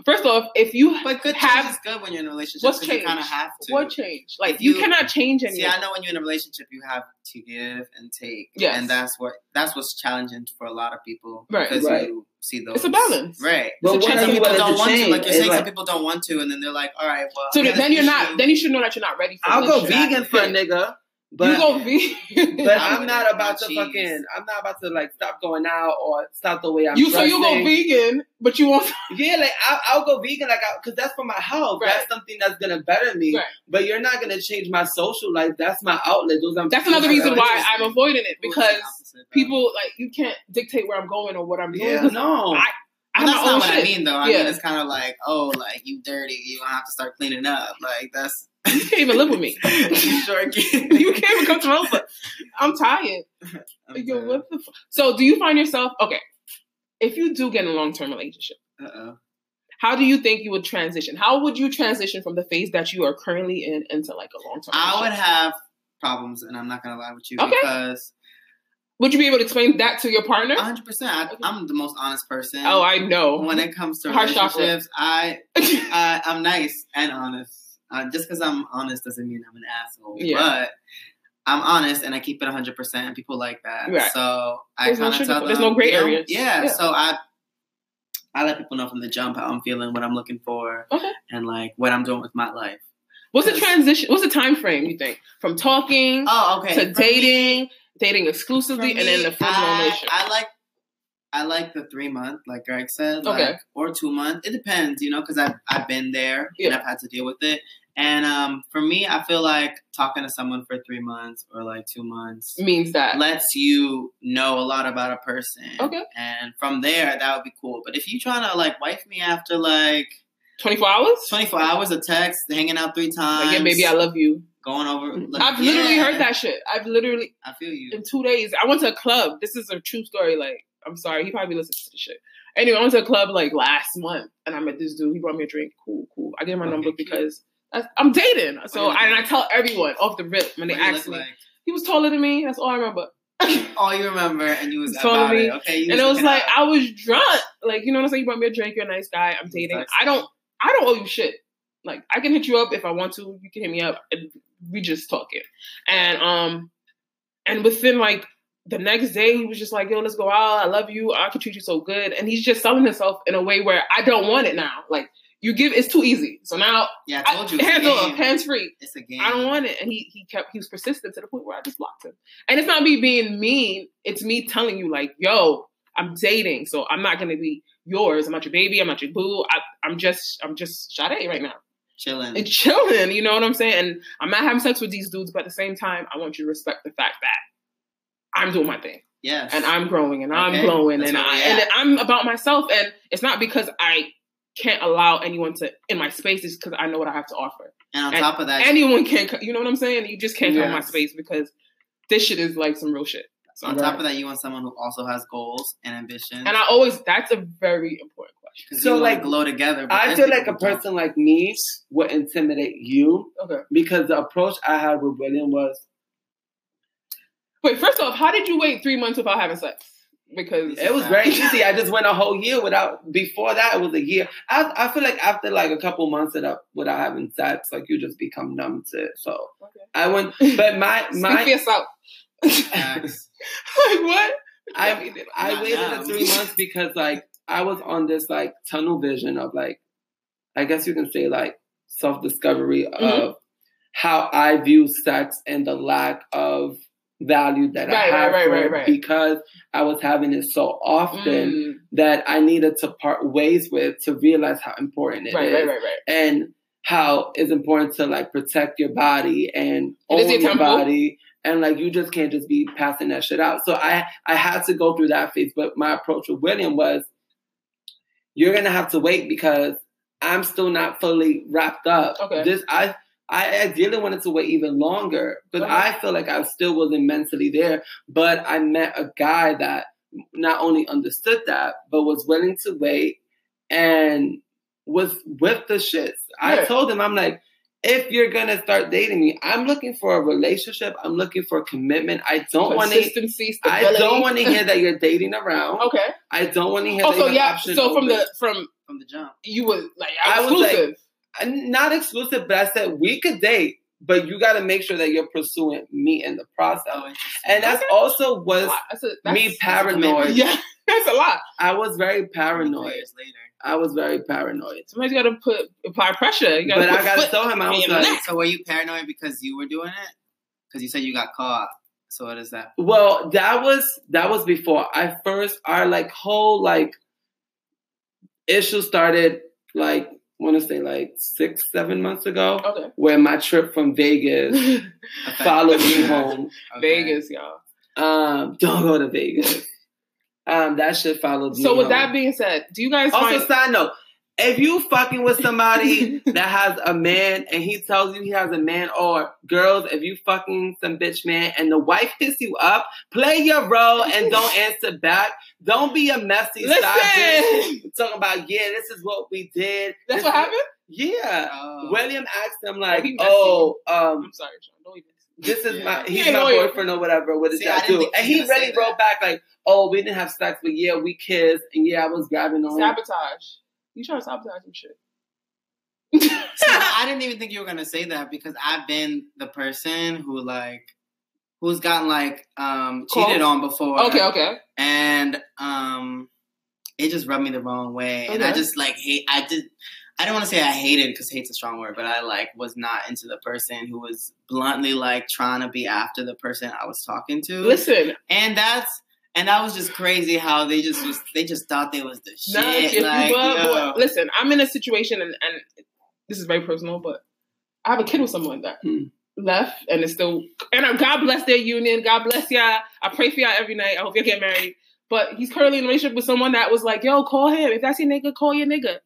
Speaker 2: first off, if you
Speaker 4: But good
Speaker 2: Have-
Speaker 4: have is good when you're in a relationship.
Speaker 2: What's
Speaker 4: 'cause You kind of
Speaker 2: changed?
Speaker 4: have to.
Speaker 2: what change, like,
Speaker 4: If
Speaker 2: you,
Speaker 4: you-
Speaker 2: cannot change anything.
Speaker 4: See, I know when you're in a relationship, you have to give and take.
Speaker 2: Yes.
Speaker 4: and that's what that's what's challenging for a lot of people.
Speaker 2: Right.
Speaker 4: because
Speaker 3: Right.
Speaker 4: you see those.
Speaker 2: It's a balance.
Speaker 4: right?
Speaker 3: But
Speaker 2: So
Speaker 3: what
Speaker 2: change-
Speaker 3: are
Speaker 4: Some
Speaker 3: you
Speaker 4: people
Speaker 3: willing
Speaker 4: don't
Speaker 3: to
Speaker 4: want
Speaker 3: change?
Speaker 4: to. Like you're
Speaker 3: It's
Speaker 4: saying,
Speaker 3: like,
Speaker 4: some people don't want to, and then they're like, "All right, well."
Speaker 2: So
Speaker 4: I got
Speaker 2: then
Speaker 4: this
Speaker 2: you're not.
Speaker 4: issue.
Speaker 2: Then you should know that you're not ready for
Speaker 3: I'll
Speaker 2: this
Speaker 3: go
Speaker 2: shit.
Speaker 3: vegan for a nigga, but
Speaker 2: you go vegan.
Speaker 3: but
Speaker 4: I
Speaker 3: I'm
Speaker 4: would.
Speaker 3: not about to
Speaker 4: Cheese.
Speaker 3: fucking. I'm not about to like stop going out or stop the way I'm.
Speaker 2: you so you go
Speaker 3: dressing.
Speaker 2: vegan, but you won't.
Speaker 3: Yeah, like I'll, I'll go vegan, like because that's for my health.
Speaker 2: Right.
Speaker 3: That's something that's gonna better me.
Speaker 2: Right.
Speaker 3: But you're not gonna change my social life. That's my outlet. Those are
Speaker 2: That's another
Speaker 3: those are
Speaker 2: reason why
Speaker 3: interesting.
Speaker 2: I'm avoiding it
Speaker 4: Who's the opposite,
Speaker 2: because
Speaker 4: though?
Speaker 2: people like you can't dictate where I'm going or what I'm doing.
Speaker 3: Yeah,
Speaker 2: 'cause
Speaker 3: no.
Speaker 2: I- I have
Speaker 4: But that's
Speaker 2: my
Speaker 4: not
Speaker 2: own
Speaker 4: what I
Speaker 2: shit.
Speaker 4: mean, though. I mean,
Speaker 2: Yeah.
Speaker 4: it's kind of like, oh, like you dirty, you gonna have to start cleaning up. Like that's
Speaker 2: You can't even live with me.
Speaker 4: sure.
Speaker 2: you can't even come to my house. but I'm tired. Yo, what the fu- so do you find yourself okay? If you do get in a long term relationship,
Speaker 4: Uh oh.
Speaker 2: how do you think you would transition? How would you transition from the phase that you are currently in into like a long term?
Speaker 4: I would have problems, and I'm not gonna lie with you
Speaker 2: Okay.
Speaker 4: because
Speaker 2: Would you be able to explain that to your partner?
Speaker 4: 100. percent I'm the most honest person.
Speaker 2: oh, I know.
Speaker 4: Oh, when it comes to
Speaker 2: Harsh chocolate.
Speaker 4: relationships, I, I I'm nice and honest. Uh, just because I'm honest doesn't mean I'm an asshole.
Speaker 2: Yeah.
Speaker 4: But I'm honest and I keep it 100. percent and People like that.
Speaker 2: Right.
Speaker 4: So I
Speaker 2: There's no
Speaker 4: kind of
Speaker 2: sugar-
Speaker 4: tell them.
Speaker 2: there's no gray
Speaker 4: you know,
Speaker 2: areas.
Speaker 4: Yeah,
Speaker 2: Yeah.
Speaker 4: So I I let people know from the jump how I'm feeling, what I'm looking for,
Speaker 2: Okay.
Speaker 4: and like what I'm doing with my life.
Speaker 2: What's the transition? What's the time frame you think from talking
Speaker 4: Oh, okay.
Speaker 2: to
Speaker 4: For me-
Speaker 2: dating, dating
Speaker 4: for
Speaker 2: exclusively, and
Speaker 4: me,
Speaker 2: then the formal
Speaker 4: I-
Speaker 2: relationship?
Speaker 4: I like. I like the three month, like Greg said, like,
Speaker 2: Okay.
Speaker 4: or two month. It depends, you know, because I've I've been there and
Speaker 2: Yeah.
Speaker 4: I've had to deal with it. And um, for me, I feel like talking to someone for three months or like two months
Speaker 2: means that
Speaker 4: lets you know a lot about a person.
Speaker 2: Okay.
Speaker 4: And from there, that would be cool. But if you trying to like wife me after like
Speaker 2: 24 hours?
Speaker 4: twenty four hours of text, hanging out three times,
Speaker 2: Like, yeah, baby, I love you.
Speaker 4: going over. like,
Speaker 2: I've literally
Speaker 4: yeah,
Speaker 2: heard that shit. I've literally
Speaker 4: I feel you.
Speaker 2: in two days. I went to a club. This is a true story. Like, I'm sorry, he probably listens to this shit. Anyway, I went to a club like last month, and I met this dude. He brought me a drink. Cool, cool. I gave him my
Speaker 4: Okay,
Speaker 2: number
Speaker 4: cute.
Speaker 2: because that's, I'm dating. So,
Speaker 4: What do you
Speaker 2: I, and
Speaker 4: look
Speaker 2: I tell everyone off the rip when they
Speaker 4: What do you
Speaker 2: ask
Speaker 4: look
Speaker 2: me.
Speaker 4: like?
Speaker 2: He was taller than me. That's all I remember.
Speaker 4: all you remember, and you was
Speaker 2: Told
Speaker 4: about
Speaker 2: me.
Speaker 4: it. Okay, you
Speaker 2: and it was
Speaker 4: looking
Speaker 2: like
Speaker 4: up.
Speaker 2: I was drunk. Like you know what I'm saying. You brought me a drink. You're a nice guy. I'm dating. I don't. I don't owe you shit. Like I can hit you up if I want to. You can hit me up. And we just talking. And um, and within like the next day, he was just like, "Yo, let's go out. I love you. I can treat you so good." And he's just selling himself in a way where I don't want it now. Like you give, it's too easy. So now
Speaker 4: yeah, I
Speaker 2: I,
Speaker 4: told you,
Speaker 2: hands
Speaker 4: it's, a
Speaker 2: off,
Speaker 4: game.
Speaker 2: hands free.
Speaker 4: it's a game.
Speaker 2: I don't want it. And he he kept he was persistent to the point where I just blocked him. And it's not me being mean. It's me telling you like, yo, I'm dating, so I'm not gonna be yours. I'm not your baby. I'm not your boo. I, I'm just I'm just Sade right now
Speaker 4: Chilling.
Speaker 2: and chilling. You know what I'm saying? And I'm not having sex with these dudes, but at the same time, I want you to respect the fact that I'm doing my thing
Speaker 4: yes,
Speaker 2: and I'm growing and I'm
Speaker 4: Okay,
Speaker 2: glowing
Speaker 4: that's
Speaker 2: and
Speaker 4: where
Speaker 2: I
Speaker 4: we
Speaker 2: and
Speaker 4: at.
Speaker 2: I'm about myself and it's not because I can't allow anyone to in my space. It's because I know what I have to offer
Speaker 4: and on
Speaker 2: and
Speaker 4: top of that,
Speaker 2: anyone can co- you know what I'm saying? You just can't come in my
Speaker 4: Yes.
Speaker 2: space because this shit is like some real shit. So
Speaker 4: on
Speaker 2: I'm
Speaker 4: top
Speaker 2: like-
Speaker 4: of that, you want someone who also has goals and ambition.
Speaker 2: and I always that's a very important question.
Speaker 3: So,
Speaker 4: so
Speaker 3: like,
Speaker 4: like glow together. but
Speaker 3: I
Speaker 4: there's
Speaker 3: feel
Speaker 4: people
Speaker 3: like a
Speaker 4: who don't.
Speaker 3: person like me would intimidate you
Speaker 2: Okay.
Speaker 3: because the approach I had with William was
Speaker 2: Wait, first off, how did you wait three months without having sex? Because
Speaker 3: it was very easy. I just went a whole year without. Before that, it was a year. I I feel like after like a couple months of that, without having sex, like you just become numb to it. So I went, but my
Speaker 2: Speak for
Speaker 3: my
Speaker 2: yourself.
Speaker 4: Facts.
Speaker 2: like what?
Speaker 3: I I
Speaker 4: Not
Speaker 3: waited
Speaker 4: now.
Speaker 3: the three months because like I was on this like tunnel vision of like I guess you can say like self discovery
Speaker 2: Mm-hmm.
Speaker 3: of how I view sex and the lack of value that I
Speaker 2: Right, right,
Speaker 3: have
Speaker 2: right,
Speaker 3: for
Speaker 2: right,
Speaker 3: it
Speaker 2: right.
Speaker 3: because I was having it so often
Speaker 2: Mm,
Speaker 3: that I needed to part ways with to realize how important it is
Speaker 2: Mm, right, right, right, right.
Speaker 3: and how it's important to like protect your body and
Speaker 2: And
Speaker 3: own
Speaker 2: is it
Speaker 3: your
Speaker 2: temple?
Speaker 3: body and like you just can't just be passing that shit out. So I I had to go through that phase, but my approach with William was you're gonna have to wait because I'm still not fully wrapped up.
Speaker 2: Okay.
Speaker 3: This I I ideally wanted to wait even longer, but
Speaker 2: Okay.
Speaker 3: I feel like I still wasn't mentally there. But I met a guy that not only understood that, but was willing to wait and was with the shits. I
Speaker 2: Yeah.
Speaker 3: told him, I'm like, if you're gonna start dating me, I'm looking for a relationship. I'm looking for commitment. I don't want to.
Speaker 2: Consistency,
Speaker 3: I
Speaker 2: stability.
Speaker 3: don't want to hear that you're dating around.
Speaker 2: Okay.
Speaker 3: I don't want to hear.
Speaker 2: Oh,
Speaker 3: that
Speaker 2: so
Speaker 3: you have
Speaker 2: yeah.
Speaker 3: options
Speaker 2: So from
Speaker 3: open.
Speaker 2: the from
Speaker 4: from the jump.
Speaker 2: you was like
Speaker 3: I was like-
Speaker 2: exclusive.
Speaker 3: I'm not exclusive, but I said we could date, but you got to make sure that you're pursuing me in the process.
Speaker 4: Oh, interesting.
Speaker 3: And that's also was
Speaker 2: Wow, that's a, that's,
Speaker 3: me
Speaker 4: that's a
Speaker 3: paranoid.
Speaker 4: commitment.
Speaker 2: Yeah, that's a lot.
Speaker 3: I was very
Speaker 4: Three
Speaker 3: paranoid.
Speaker 4: years later.
Speaker 3: I was very paranoid.
Speaker 2: Somebody's got to put apply pressure. You gotta
Speaker 3: But
Speaker 2: put
Speaker 3: I gotta
Speaker 2: foot-
Speaker 3: tell him I was
Speaker 2: in the
Speaker 3: like,
Speaker 2: neck.
Speaker 4: So were you paranoid because you were doing it? Because you said you got caught. So what is that?
Speaker 3: well, that was that was before I first our like whole like issue started like want to say like six seven months ago
Speaker 2: Okay.
Speaker 3: where my trip from Vegas
Speaker 4: affect-
Speaker 3: followed me
Speaker 4: Yeah.
Speaker 3: home.
Speaker 4: Okay.
Speaker 2: Vegas, y'all.
Speaker 3: Um, don't go to Vegas. Um, that shit follows me.
Speaker 2: So with
Speaker 3: home.
Speaker 2: that being said, do you guys
Speaker 3: also
Speaker 2: find
Speaker 3: side note, if you fucking with somebody that has a man and he tells you he has a man, or girls, if you fucking some bitch man and the wife hits you up, play your role and don't answer back. Don't be a messy side
Speaker 2: listen?
Speaker 3: bitch talking about yeah, this is what we did.
Speaker 2: That's
Speaker 3: This
Speaker 2: what
Speaker 3: is-
Speaker 2: happened.
Speaker 3: Yeah.
Speaker 4: Oh.
Speaker 3: William asked him like,
Speaker 2: Don't be messy.
Speaker 3: oh, um,
Speaker 2: I'm sorry, Sean. Don't even.
Speaker 3: this is my
Speaker 4: Yeah.
Speaker 3: he's
Speaker 2: He a
Speaker 3: my
Speaker 2: lawyer.
Speaker 3: boyfriend or whatever. What did
Speaker 4: See,
Speaker 3: y'all
Speaker 4: I didn't
Speaker 3: do?
Speaker 4: think
Speaker 3: And
Speaker 4: he
Speaker 3: he
Speaker 4: was gonna
Speaker 3: really
Speaker 4: say
Speaker 3: wrote back like, oh, we didn't have sex, but yeah, we kissed, and yeah, I was grabbing on. him.
Speaker 2: Sabotage. You trying to sabotage some shit?
Speaker 4: See, I didn't even think you were gonna say that because I've been the person who like who's gotten like um cheated
Speaker 2: Calls?
Speaker 4: on before.
Speaker 2: Okay, okay.
Speaker 4: And um it just rubbed me the wrong way. And I
Speaker 2: Okay.
Speaker 4: just like hate I did I don't want to say I hated because hate's a strong word, but I like was not into the person who was bluntly like trying to be after the person I was talking to.
Speaker 2: Listen,
Speaker 4: And that's and that was just crazy how they just was they just thought they was the
Speaker 2: nah, if
Speaker 4: shit.
Speaker 2: you
Speaker 4: Like,
Speaker 2: bub-
Speaker 4: yo.
Speaker 2: boy- listen, I'm in a situation, and, and this is very personal, but I have a kid with someone that
Speaker 3: Hmm.
Speaker 2: left, and it's still, and I, God bless their union. God bless y'all. I pray for y'all every night. I hope you get married. But he's currently in a relationship with someone that was like, "Yo, call him. If that's your nigga, call your nigga."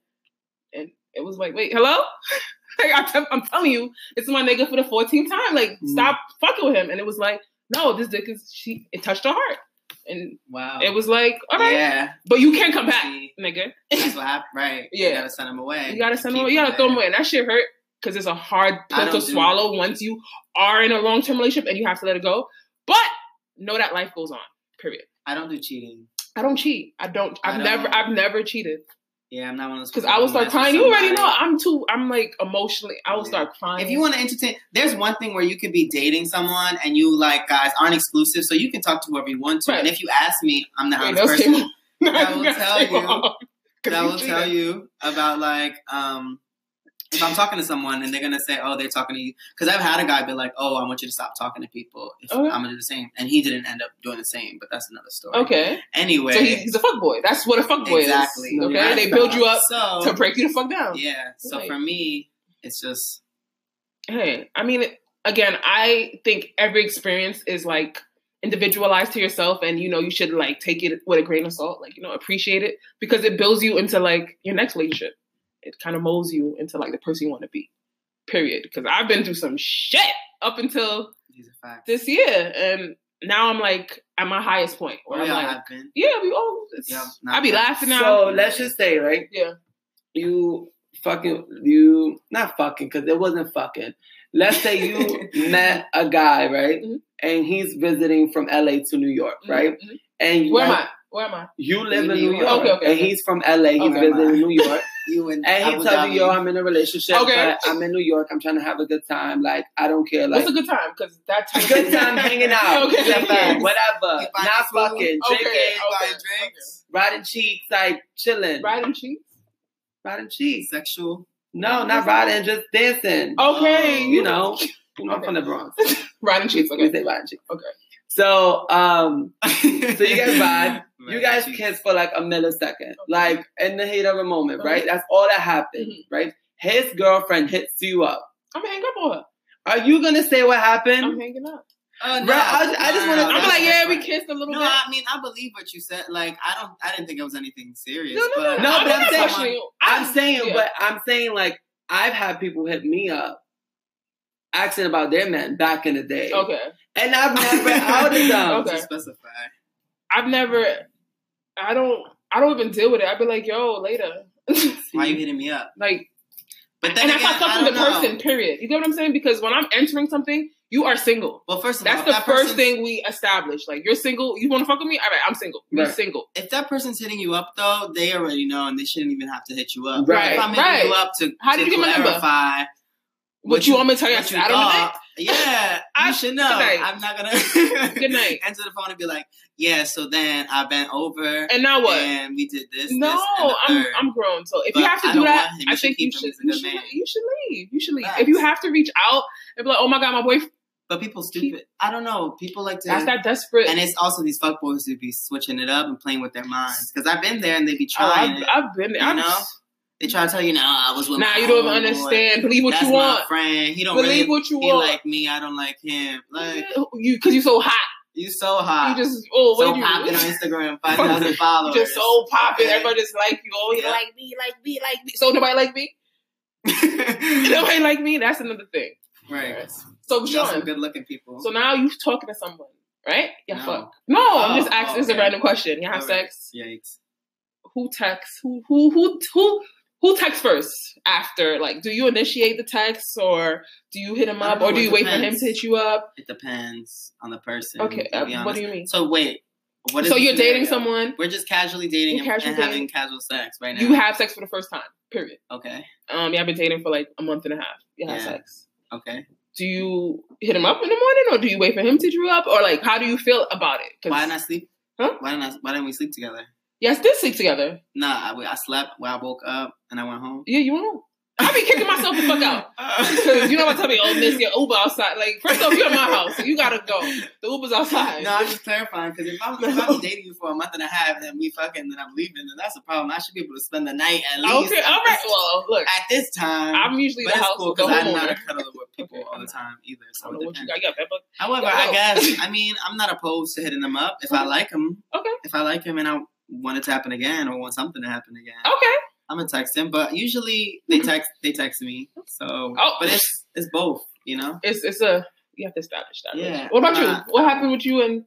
Speaker 2: And it was like, "Wait, hello." like I'm, tell- I'm telling you, it's my nigga for the 14th time. Like,
Speaker 3: Hmm.
Speaker 2: stop fucking with him. And it was like, "No, this dick is she. It touched her heart." And
Speaker 4: wow.
Speaker 2: it was like, "All right,
Speaker 4: Yeah.
Speaker 2: but you can't come back,
Speaker 4: See?
Speaker 2: nigga."
Speaker 4: That's what happened, right?
Speaker 2: Yeah.
Speaker 4: you gotta send them away.
Speaker 2: You gotta send
Speaker 4: Keep
Speaker 2: them. You gotta throw them
Speaker 4: there.
Speaker 2: away, and that shit hurt because it's a hard pill
Speaker 4: I don't
Speaker 2: to
Speaker 4: do
Speaker 2: swallow once you are in a long term relationship and you have to let it go. But know that life goes on. Period.
Speaker 4: I don't do cheating.
Speaker 2: I don't cheat. I don't.
Speaker 4: I
Speaker 2: I've
Speaker 4: don't.
Speaker 2: never. I've never cheated
Speaker 4: Yeah, I'm not one of those.
Speaker 2: because
Speaker 4: people
Speaker 2: I will
Speaker 4: who
Speaker 2: start
Speaker 4: messes
Speaker 2: crying. You already know.
Speaker 4: somebody.
Speaker 2: I'm too. I'm like emotionally. I will
Speaker 4: Yeah.
Speaker 2: start crying.
Speaker 4: If you want to entertain, there's one thing where you could be dating someone and you like guys aren't exclusive, so you can talk to whoever you want to.
Speaker 2: Right.
Speaker 4: And if you ask me, I'm the
Speaker 2: Wait,
Speaker 4: honest
Speaker 2: those
Speaker 4: person.
Speaker 2: came-
Speaker 4: I will
Speaker 2: That's
Speaker 4: tell you.
Speaker 2: wrong. 'Cause
Speaker 4: that
Speaker 2: you
Speaker 4: will
Speaker 2: cheated.
Speaker 4: tell you about like um if I'm talking to someone and they're gonna say, "Oh, they're talking to you," because I've had a guy be like, "Oh, I want you to stop talking to people. If
Speaker 2: Okay.
Speaker 4: I'm gonna do the same," and he didn't end up doing the same, but that's another story.
Speaker 2: Okay,
Speaker 4: Anyway,
Speaker 2: so he's, he's a fuck boy. That's what a fuck boy
Speaker 4: exactly.
Speaker 2: is. Okay,
Speaker 4: Yeah,
Speaker 2: they build you up
Speaker 4: so-
Speaker 2: to break you the fuck down.
Speaker 4: Yeah. So
Speaker 2: Right.
Speaker 4: for me, it's just
Speaker 2: Hey, Hmm. I mean, again, I think every experience is like individualized to yourself, and you know, you should like take it with a grain of salt, like you know, appreciate it because it builds you into like your next relationship. It kind of molds you into like the person you want to be. Period. Because I've been through some shit up until
Speaker 4: these are facts.
Speaker 2: this year, and now I'm like at my highest point. Where
Speaker 3: Oh,
Speaker 4: Where
Speaker 2: I'm
Speaker 4: y'all
Speaker 2: like,
Speaker 4: have been?
Speaker 2: yeah, we all.
Speaker 4: Yeah,
Speaker 2: it's
Speaker 4: not
Speaker 2: I be
Speaker 4: bad.
Speaker 2: laughing now.
Speaker 3: So let's just say, right?
Speaker 2: Yeah.
Speaker 3: You fucking you not fucking because it wasn't fucking. Let's say you met a guy, right?
Speaker 2: Mhm.
Speaker 3: And he's visiting from LA to New York, right?
Speaker 2: Mhm,
Speaker 3: And
Speaker 2: mhm.
Speaker 3: you,
Speaker 2: Where am I? Where am I?
Speaker 3: you live in
Speaker 4: New
Speaker 3: New
Speaker 4: York.
Speaker 3: York,
Speaker 2: Okay, okay,
Speaker 3: and
Speaker 2: okay.
Speaker 3: he's from LA. He's
Speaker 4: Okay.
Speaker 3: visiting New York,
Speaker 4: You and,
Speaker 3: and he
Speaker 4: Abu
Speaker 3: tells you, "Yo,
Speaker 4: Dhabi.
Speaker 3: I'm in a relationship,
Speaker 2: Okay.
Speaker 3: but I'm in New York. I'm trying to have a good time. Like I don't care. Like
Speaker 2: What's a good time? Because that time.
Speaker 3: a good time hanging out,
Speaker 2: Okay.
Speaker 3: sipping, whatever,
Speaker 4: You find
Speaker 3: not
Speaker 4: food.
Speaker 3: fucking,
Speaker 2: Okay.
Speaker 3: drinking,
Speaker 2: Okay.
Speaker 4: Buying drinks.
Speaker 3: riding cheeks, like chilling,
Speaker 2: Riding cheeks.
Speaker 3: riding cheeks.
Speaker 4: Sexual.
Speaker 3: No, not riding, just dancing.
Speaker 2: Oh, Okay,
Speaker 3: you know, you know, I'm from the Bronx.
Speaker 2: riding cheeks.
Speaker 3: We
Speaker 2: Okay,
Speaker 3: say riding cheeks.
Speaker 2: Okay.
Speaker 3: So, um,
Speaker 4: so you
Speaker 3: guys vibe. you guys kiss for like a millisecond, like in the heat of a moment,
Speaker 2: Uh-huh.
Speaker 3: right? That's all that happened,
Speaker 2: Mhm.
Speaker 3: right? His girlfriend hits you up.
Speaker 2: I'm gonna hang up on her.
Speaker 3: Are you gonna say what
Speaker 2: I'm
Speaker 3: happened?
Speaker 2: hanging up.
Speaker 4: Oh, no,
Speaker 3: Bruh, I- I just wanna-
Speaker 2: I'm
Speaker 3: that's
Speaker 2: like, yeah, we
Speaker 4: kiss.
Speaker 2: pissed a little
Speaker 4: No,
Speaker 2: bit.
Speaker 4: I mean I believe what you said. Like I don't, I didn't think it was anything serious.
Speaker 2: no, no, no,
Speaker 4: but
Speaker 3: No,
Speaker 2: I'm
Speaker 3: but I'm
Speaker 2: not
Speaker 3: saying-
Speaker 2: questioning you.
Speaker 3: I'm saying,
Speaker 2: yeah.
Speaker 3: but I'm saying like I've had people hit me up asking about their men back in the day,
Speaker 2: okay.
Speaker 3: and I've never outed them.
Speaker 2: Okay.
Speaker 4: To specify.
Speaker 2: I've never. I don't. I don't even deal with it. I'd be like, "Yo, later."
Speaker 4: Why you hitting me up?
Speaker 2: like,
Speaker 4: But then
Speaker 2: and that's not
Speaker 4: again,
Speaker 2: something the
Speaker 4: I don't know.
Speaker 2: person. Period. You get what I'm saying? Because when I'm entering something, you are single.
Speaker 4: Well, first of
Speaker 2: That's
Speaker 4: all,
Speaker 2: the
Speaker 4: if that
Speaker 2: first
Speaker 4: person's-
Speaker 2: thing we establish. Like, you're single. You want to fuck with me? All right, I'm single. You're
Speaker 3: Right.
Speaker 2: single.
Speaker 4: If that person's hitting you up, though, they already know, and they shouldn't even have to hit you up.
Speaker 3: Right.
Speaker 4: If I'm hitting
Speaker 2: Right.
Speaker 4: you up to,
Speaker 2: How
Speaker 4: to
Speaker 2: did you get my number?
Speaker 4: clarify
Speaker 2: What,
Speaker 4: What
Speaker 2: you
Speaker 4: you-
Speaker 2: want me to tell you? I
Speaker 4: what you
Speaker 2: don't know.
Speaker 4: thought, yeah,
Speaker 2: I-
Speaker 4: you should know.
Speaker 2: good night.
Speaker 4: I'm not gonna
Speaker 2: Good night.
Speaker 4: answer the phone and be like, yeah. So then I bent over
Speaker 2: And now what?
Speaker 4: and we did this.
Speaker 2: no,
Speaker 4: this, and the
Speaker 2: I'm
Speaker 4: third.
Speaker 2: I'm grown. So if
Speaker 4: But
Speaker 2: you have to
Speaker 4: I
Speaker 2: do
Speaker 4: don't
Speaker 2: that,
Speaker 4: want him.
Speaker 2: I
Speaker 4: You should
Speaker 2: think you
Speaker 4: keep
Speaker 2: should
Speaker 4: him. He's a
Speaker 2: you should,
Speaker 4: good man.
Speaker 2: you should leave. You should leave. If
Speaker 4: Facts.
Speaker 2: you have to reach out and be like, "Oh my god, my boyfriend,"
Speaker 4: But people stupid. I don't know. People like to.
Speaker 2: that's that desperate.
Speaker 4: and it's also these fuckboys who be switching it up and playing with their minds. Because I've been there and they be
Speaker 2: Oh,
Speaker 4: trying.
Speaker 2: I've,
Speaker 4: it.
Speaker 2: I've been there.
Speaker 4: You
Speaker 2: I'm-
Speaker 4: know? they try to tell you, "No, I was with."
Speaker 2: Nah,
Speaker 4: my
Speaker 2: you don't even
Speaker 4: homeboy.
Speaker 2: understand. Believe what
Speaker 4: That's
Speaker 2: you
Speaker 4: my
Speaker 2: want.
Speaker 4: friend. He don't
Speaker 2: Believe
Speaker 4: really
Speaker 2: what you
Speaker 4: he
Speaker 2: want.
Speaker 4: like me. I don't like him. Like
Speaker 2: you because you're so hot.
Speaker 4: you so hot.
Speaker 2: You just oh,
Speaker 4: so
Speaker 2: what
Speaker 4: popping
Speaker 2: you
Speaker 4: on Instagram, five thousand followers.
Speaker 2: just so popping.
Speaker 4: Yeah.
Speaker 2: Everybody just like you. Oh, you
Speaker 4: Yeah.
Speaker 2: like me, like me, like me. So nobody like me. Nobody like me. That's another thing.
Speaker 4: right.
Speaker 2: So
Speaker 4: Y'all some
Speaker 2: Sean,
Speaker 4: good looking people.
Speaker 2: so now you talking to someone, right? Yeah,
Speaker 4: No.
Speaker 2: fuck. No, I'm just
Speaker 4: Oh,
Speaker 2: asking. It's a
Speaker 4: okay.
Speaker 2: random question. You have
Speaker 4: All right.
Speaker 2: sex.
Speaker 4: Yikes.
Speaker 2: who texts who who who who who texts first after like do you initiate the text or do you hit him
Speaker 4: I don't
Speaker 2: up or
Speaker 4: know,
Speaker 2: do
Speaker 4: it
Speaker 2: you wait for him
Speaker 4: depends.
Speaker 2: to hit you up
Speaker 4: It depends on the person.
Speaker 2: okay
Speaker 4: to
Speaker 2: uh,
Speaker 4: be
Speaker 2: what
Speaker 4: honest.
Speaker 2: do you mean
Speaker 4: So wait. What is
Speaker 2: so
Speaker 4: the
Speaker 2: you're dating
Speaker 4: scenario?
Speaker 2: someone
Speaker 4: We're just casually dating
Speaker 2: You're
Speaker 4: and-
Speaker 2: casually
Speaker 4: and
Speaker 2: dating.
Speaker 4: having casual sex right now.
Speaker 2: you have sex for the first time period
Speaker 4: okay,
Speaker 2: um yeah i've been dating for like a month and a half you have
Speaker 4: Yeah.
Speaker 2: sex
Speaker 4: okay.
Speaker 2: do you hit him up in the morning or do you wait for him to hit you up or like how do you feel about it 'Cause-
Speaker 4: Why not sleep?
Speaker 2: Huh?
Speaker 4: Why not? Why didn't we sleep together?
Speaker 2: yes did sleep together
Speaker 4: Nah, I, I slept. When I woke up and I went home.
Speaker 2: yeah you know i be kicking myself the fuck out because you know what tell me oh miss your uber outside like first off you're at my house so you gotta go the uber's outside
Speaker 4: No, I'm just clarifying because if I'm if I'm dating you for a month and a half and we fucking then I'm leaving, then that's a problem. I should be able to spend the night at least.
Speaker 2: Okay, all right. Well, look,
Speaker 4: At this time,
Speaker 2: I'm usually
Speaker 4: but
Speaker 2: the
Speaker 4: it's
Speaker 2: house
Speaker 4: cool
Speaker 2: with the
Speaker 4: because I'm
Speaker 2: homeowner.
Speaker 4: not a
Speaker 2: I
Speaker 4: cuddler with people all the time either. So
Speaker 2: don't know
Speaker 4: it
Speaker 2: what you
Speaker 4: depends.
Speaker 2: got. You got that book?
Speaker 4: However,
Speaker 2: Yo.
Speaker 4: I guess I mean I'm not opposed to hitting them up if I like them.
Speaker 2: Okay.
Speaker 4: If I like him and I want it to happen again or want something to happen again,
Speaker 2: Okay.
Speaker 4: I'm gonna text him. But usually they text they text me. So,
Speaker 2: Oh.
Speaker 4: but it's it's both, you know.
Speaker 2: It's it's a you have to establish that.
Speaker 4: Yeah,
Speaker 2: relationship. What about
Speaker 4: nah.
Speaker 2: you? What happened with you and?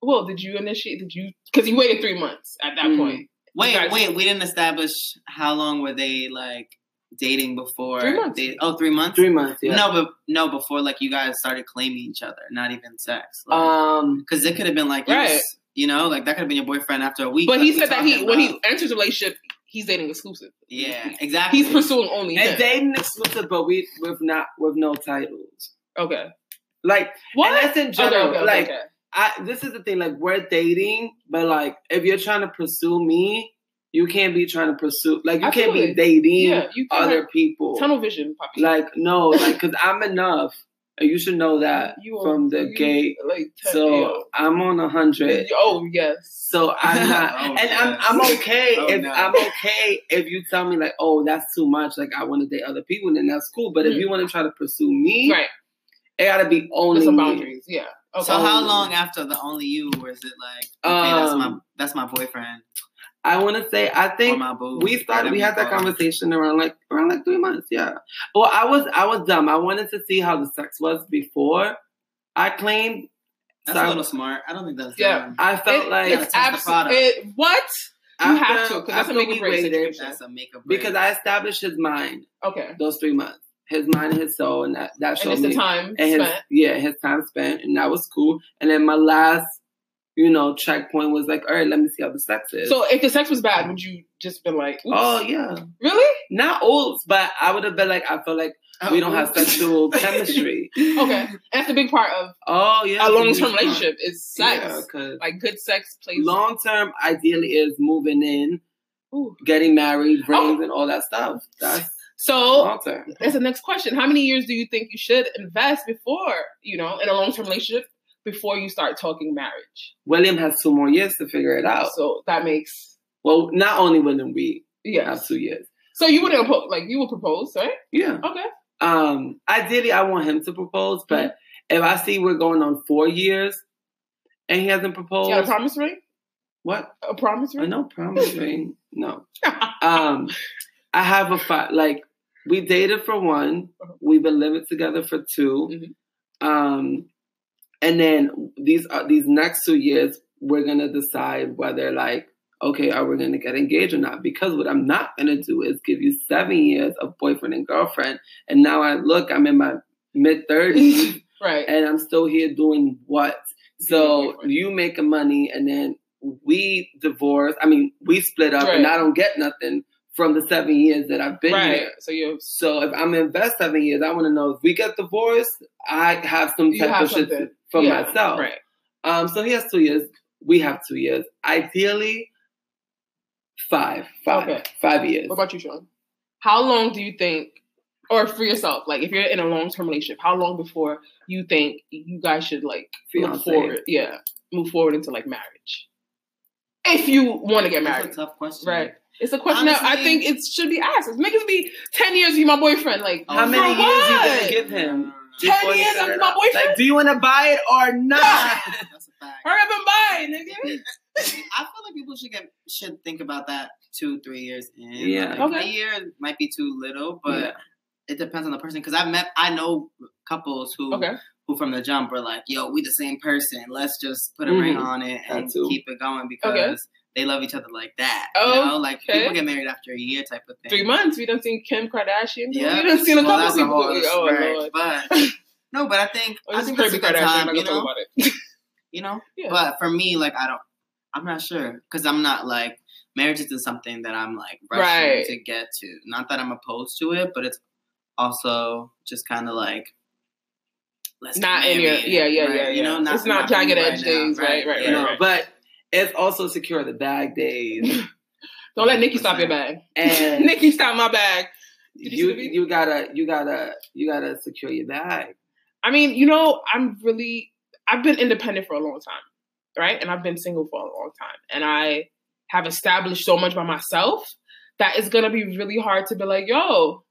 Speaker 2: Well, did you initiate? Did you? Because you waited three months at that
Speaker 4: Mm.
Speaker 2: point.
Speaker 4: Wait,
Speaker 2: guys-
Speaker 4: wait, we didn't establish how long were they like dating before?
Speaker 2: Three months.
Speaker 4: They, oh, three months.
Speaker 3: Three months, yeah.
Speaker 4: No, but no, before like you guys started claiming each other, not even sex. Because
Speaker 3: Um,
Speaker 4: it could have been like, you
Speaker 2: Right.
Speaker 4: s- you know, like that could have been your boyfriend after a week.
Speaker 2: But
Speaker 4: like
Speaker 2: he
Speaker 4: we
Speaker 2: said that he
Speaker 4: talking
Speaker 2: when he
Speaker 4: about.
Speaker 2: enters a relationship, he's dating exclusive.
Speaker 4: yeah, exactly.
Speaker 2: He's pursuing only
Speaker 3: and
Speaker 2: him.
Speaker 3: dating exclusive, but we with not with no titles.
Speaker 2: okay.
Speaker 3: Like,
Speaker 2: What?
Speaker 3: and that's in
Speaker 2: Okay,
Speaker 3: general.
Speaker 2: okay, okay,
Speaker 3: like,
Speaker 2: okay.
Speaker 3: I this is the thing. Like, we're dating, but like, if you're trying to pursue me, you can't be trying to pursue. Like, you
Speaker 2: Absolutely.
Speaker 3: can't be dating
Speaker 2: yeah, you can
Speaker 3: other people.
Speaker 2: tunnel vision, puppy.
Speaker 3: Like, no, like, cause I'm enough, and you should know that
Speaker 2: you are-
Speaker 3: from the
Speaker 2: you-
Speaker 3: gate.
Speaker 2: like
Speaker 3: So I'm on a hundred.
Speaker 2: oh yes,
Speaker 3: So I'm not,
Speaker 4: Oh,
Speaker 3: and I'm
Speaker 4: yes.
Speaker 3: I'm okay
Speaker 4: Oh,
Speaker 3: if
Speaker 4: no.
Speaker 3: I'm okay if you tell me like, oh, that's too much. Like I want to date other people, then that's cool. But if
Speaker 2: Mm.
Speaker 3: you want to try to pursue me,
Speaker 2: right.
Speaker 3: it gotta be
Speaker 2: With
Speaker 3: only
Speaker 2: some
Speaker 3: me.
Speaker 2: boundaries, yeah. Okay.
Speaker 4: So how long after the only you was it like? Okay, that's my
Speaker 3: Um,
Speaker 4: that's my boyfriend
Speaker 3: I want to say, I
Speaker 4: or
Speaker 3: think
Speaker 4: my boo.
Speaker 3: we started.
Speaker 4: whatever
Speaker 3: We
Speaker 4: you
Speaker 3: had that
Speaker 4: call it.
Speaker 3: conversation around like around like three months. Yeah. Well, I was I was dumb. I wanted to see how the sex was before I claimed.
Speaker 4: That's
Speaker 3: so
Speaker 4: a
Speaker 3: I-
Speaker 4: little smart. I don't think that's
Speaker 2: Yeah.
Speaker 4: dumb.
Speaker 3: I felt
Speaker 2: It-
Speaker 3: like
Speaker 2: it's
Speaker 4: Gotta test the
Speaker 2: abs-
Speaker 4: product.
Speaker 2: it- what? You have to, 'cause that's a
Speaker 3: after
Speaker 2: make or
Speaker 3: we
Speaker 2: break
Speaker 3: waited,
Speaker 2: situation.
Speaker 4: That's a make or break.
Speaker 3: because I established his mind
Speaker 2: Okay,
Speaker 3: those three months. His mind, his soul, and that that
Speaker 2: and
Speaker 3: showed
Speaker 2: it's
Speaker 3: me
Speaker 2: the time
Speaker 3: and his
Speaker 2: spent.
Speaker 3: yeah, his time spent, and that was cool. And then my last, you know, checkpoint was like, all right, let me see how the sex is.
Speaker 2: So if the sex was bad, would you just been like, oops.
Speaker 3: oh yeah,
Speaker 2: really?
Speaker 3: not olds, but I would have been like, I feel like we don't have sexual chemistry.
Speaker 2: Okay, that's the big part of
Speaker 3: Oh yeah,
Speaker 2: a long term relationship is sex.
Speaker 3: because
Speaker 2: Like good sex plays.
Speaker 3: long term ideally is moving in,
Speaker 2: Ooh.
Speaker 3: getting married, rings, and all that stuff. That's
Speaker 2: Oh. So
Speaker 3: long term.
Speaker 2: that's the next question. How many years do you think you should invest before you know in a long term relationship before you start talking marriage?
Speaker 3: William has two more years to figure it out.
Speaker 2: So that makes
Speaker 3: Well, not only William, we
Speaker 2: yeah.
Speaker 3: have two years.
Speaker 2: So you wouldn't propose, like you would propose, right?
Speaker 3: Yeah.
Speaker 2: Okay.
Speaker 3: Um, ideally, I want him to propose, but if I see we're going on four years and he hasn't proposed.
Speaker 2: You got a promise ring?
Speaker 3: What?
Speaker 2: A promise
Speaker 3: Oh,
Speaker 2: ring?
Speaker 3: no promise ring. No. Um, I have a fi- like we dated for one. We've been living together for 2
Speaker 4: Mhm.
Speaker 3: Um, and then these uh, these next two years, we're gonna decide whether like okay, are we gonna get engaged or not? Because what I'm not gonna do is give you seven years of boyfriend and girlfriend, and now I look, I'm in my mid thirties
Speaker 2: Right.
Speaker 3: and I'm still here doing what? So you making money, and then we divorce. I mean, we split up, and
Speaker 2: Right.
Speaker 3: I don't get nothing from the seven years that I've been
Speaker 2: right.
Speaker 3: here.
Speaker 2: So you
Speaker 3: So if I'm invest seven years, I want to know if we get divorced, I have some
Speaker 2: You
Speaker 3: type
Speaker 2: have
Speaker 3: of shit
Speaker 2: something.
Speaker 3: for
Speaker 2: Yeah,
Speaker 3: myself.
Speaker 2: right.
Speaker 3: Um, so he has two years. We have two years. Ideally, five, five,
Speaker 2: Okay.
Speaker 3: five years.
Speaker 2: What about you, Sean? How long do you think, or for yourself, like if you're in a long term relationship, how long before you think you guys should like move
Speaker 3: Fiancé.
Speaker 2: forward? Yeah, move forward into like marriage. If you want to get
Speaker 4: That's
Speaker 2: married,
Speaker 4: a tough question.
Speaker 2: right? It's a question that I
Speaker 4: Honestly-
Speaker 2: think it should be asked. It's niggas be ten years you my boyfriend. Like
Speaker 4: Oh,
Speaker 3: How many
Speaker 2: for
Speaker 3: years you
Speaker 2: what?
Speaker 3: gonna give him?
Speaker 2: Ten
Speaker 3: before you
Speaker 2: years
Speaker 3: set
Speaker 2: of
Speaker 3: it
Speaker 2: my
Speaker 3: up?
Speaker 2: boyfriend?
Speaker 3: Like, do you want to buy it or not?
Speaker 4: That's a fact.
Speaker 2: Hurry up and buy, it, nigga.
Speaker 4: I feel like people should get should think about that two, three years in.
Speaker 3: Yeah.
Speaker 4: Like,
Speaker 2: Okay.
Speaker 4: A year might be too little, but
Speaker 3: Yeah.
Speaker 4: it depends on the person. Because I've met, I know couples who
Speaker 2: Okay,
Speaker 4: who from the jump were like, "Yo, we the same person. Let's just put a ring
Speaker 2: Mm-hmm.
Speaker 3: Mhm.
Speaker 4: on it and
Speaker 3: Had to.
Speaker 4: keep it going because they love each other like that."
Speaker 2: Oh,
Speaker 4: you know, like
Speaker 2: okay.
Speaker 4: people get married after a year type of thing.
Speaker 2: three months. We done seen Kim Kardashian.
Speaker 4: Yeah,
Speaker 2: we done seen a
Speaker 4: Well,
Speaker 2: couple
Speaker 4: that's a
Speaker 2: people.
Speaker 4: whole other
Speaker 2: Oh
Speaker 4: right.
Speaker 2: lord,
Speaker 4: But no, but I think
Speaker 2: oh,
Speaker 4: I
Speaker 2: this is
Speaker 4: think that's
Speaker 2: Kirby
Speaker 4: a
Speaker 2: Kardashian.
Speaker 4: good
Speaker 2: I'm
Speaker 4: time.
Speaker 2: not
Speaker 4: You
Speaker 2: gonna talk
Speaker 4: know,
Speaker 2: about it.
Speaker 4: you know.
Speaker 2: Yeah.
Speaker 4: But for me, like I don't, I'm not sure because I'm not like marriage isn't something that I'm like rushing
Speaker 2: Right.
Speaker 4: to get to. Not that I'm opposed to it, but it's also just kind of like let's get
Speaker 2: Not in your-
Speaker 4: married,
Speaker 2: yeah, yeah, yeah,
Speaker 4: You know,
Speaker 2: yeah.
Speaker 4: not,
Speaker 2: It's not
Speaker 4: for
Speaker 2: jagged
Speaker 4: me
Speaker 2: edge days, right, right,
Speaker 4: you
Speaker 2: right,
Speaker 4: know?
Speaker 3: No, but it's also secure the bag days,
Speaker 2: Don't let Nikki stop your bag.
Speaker 3: and
Speaker 2: Nikki stopped my bag. Did you see
Speaker 3: you
Speaker 2: the video?
Speaker 3: you gotta you gotta you gotta secure your bag.
Speaker 2: I mean, you know, I'm really I've been independent for a long time, right? And I've been single for a long time. And I have established so much by myself that it's gonna be really hard to be like, yo,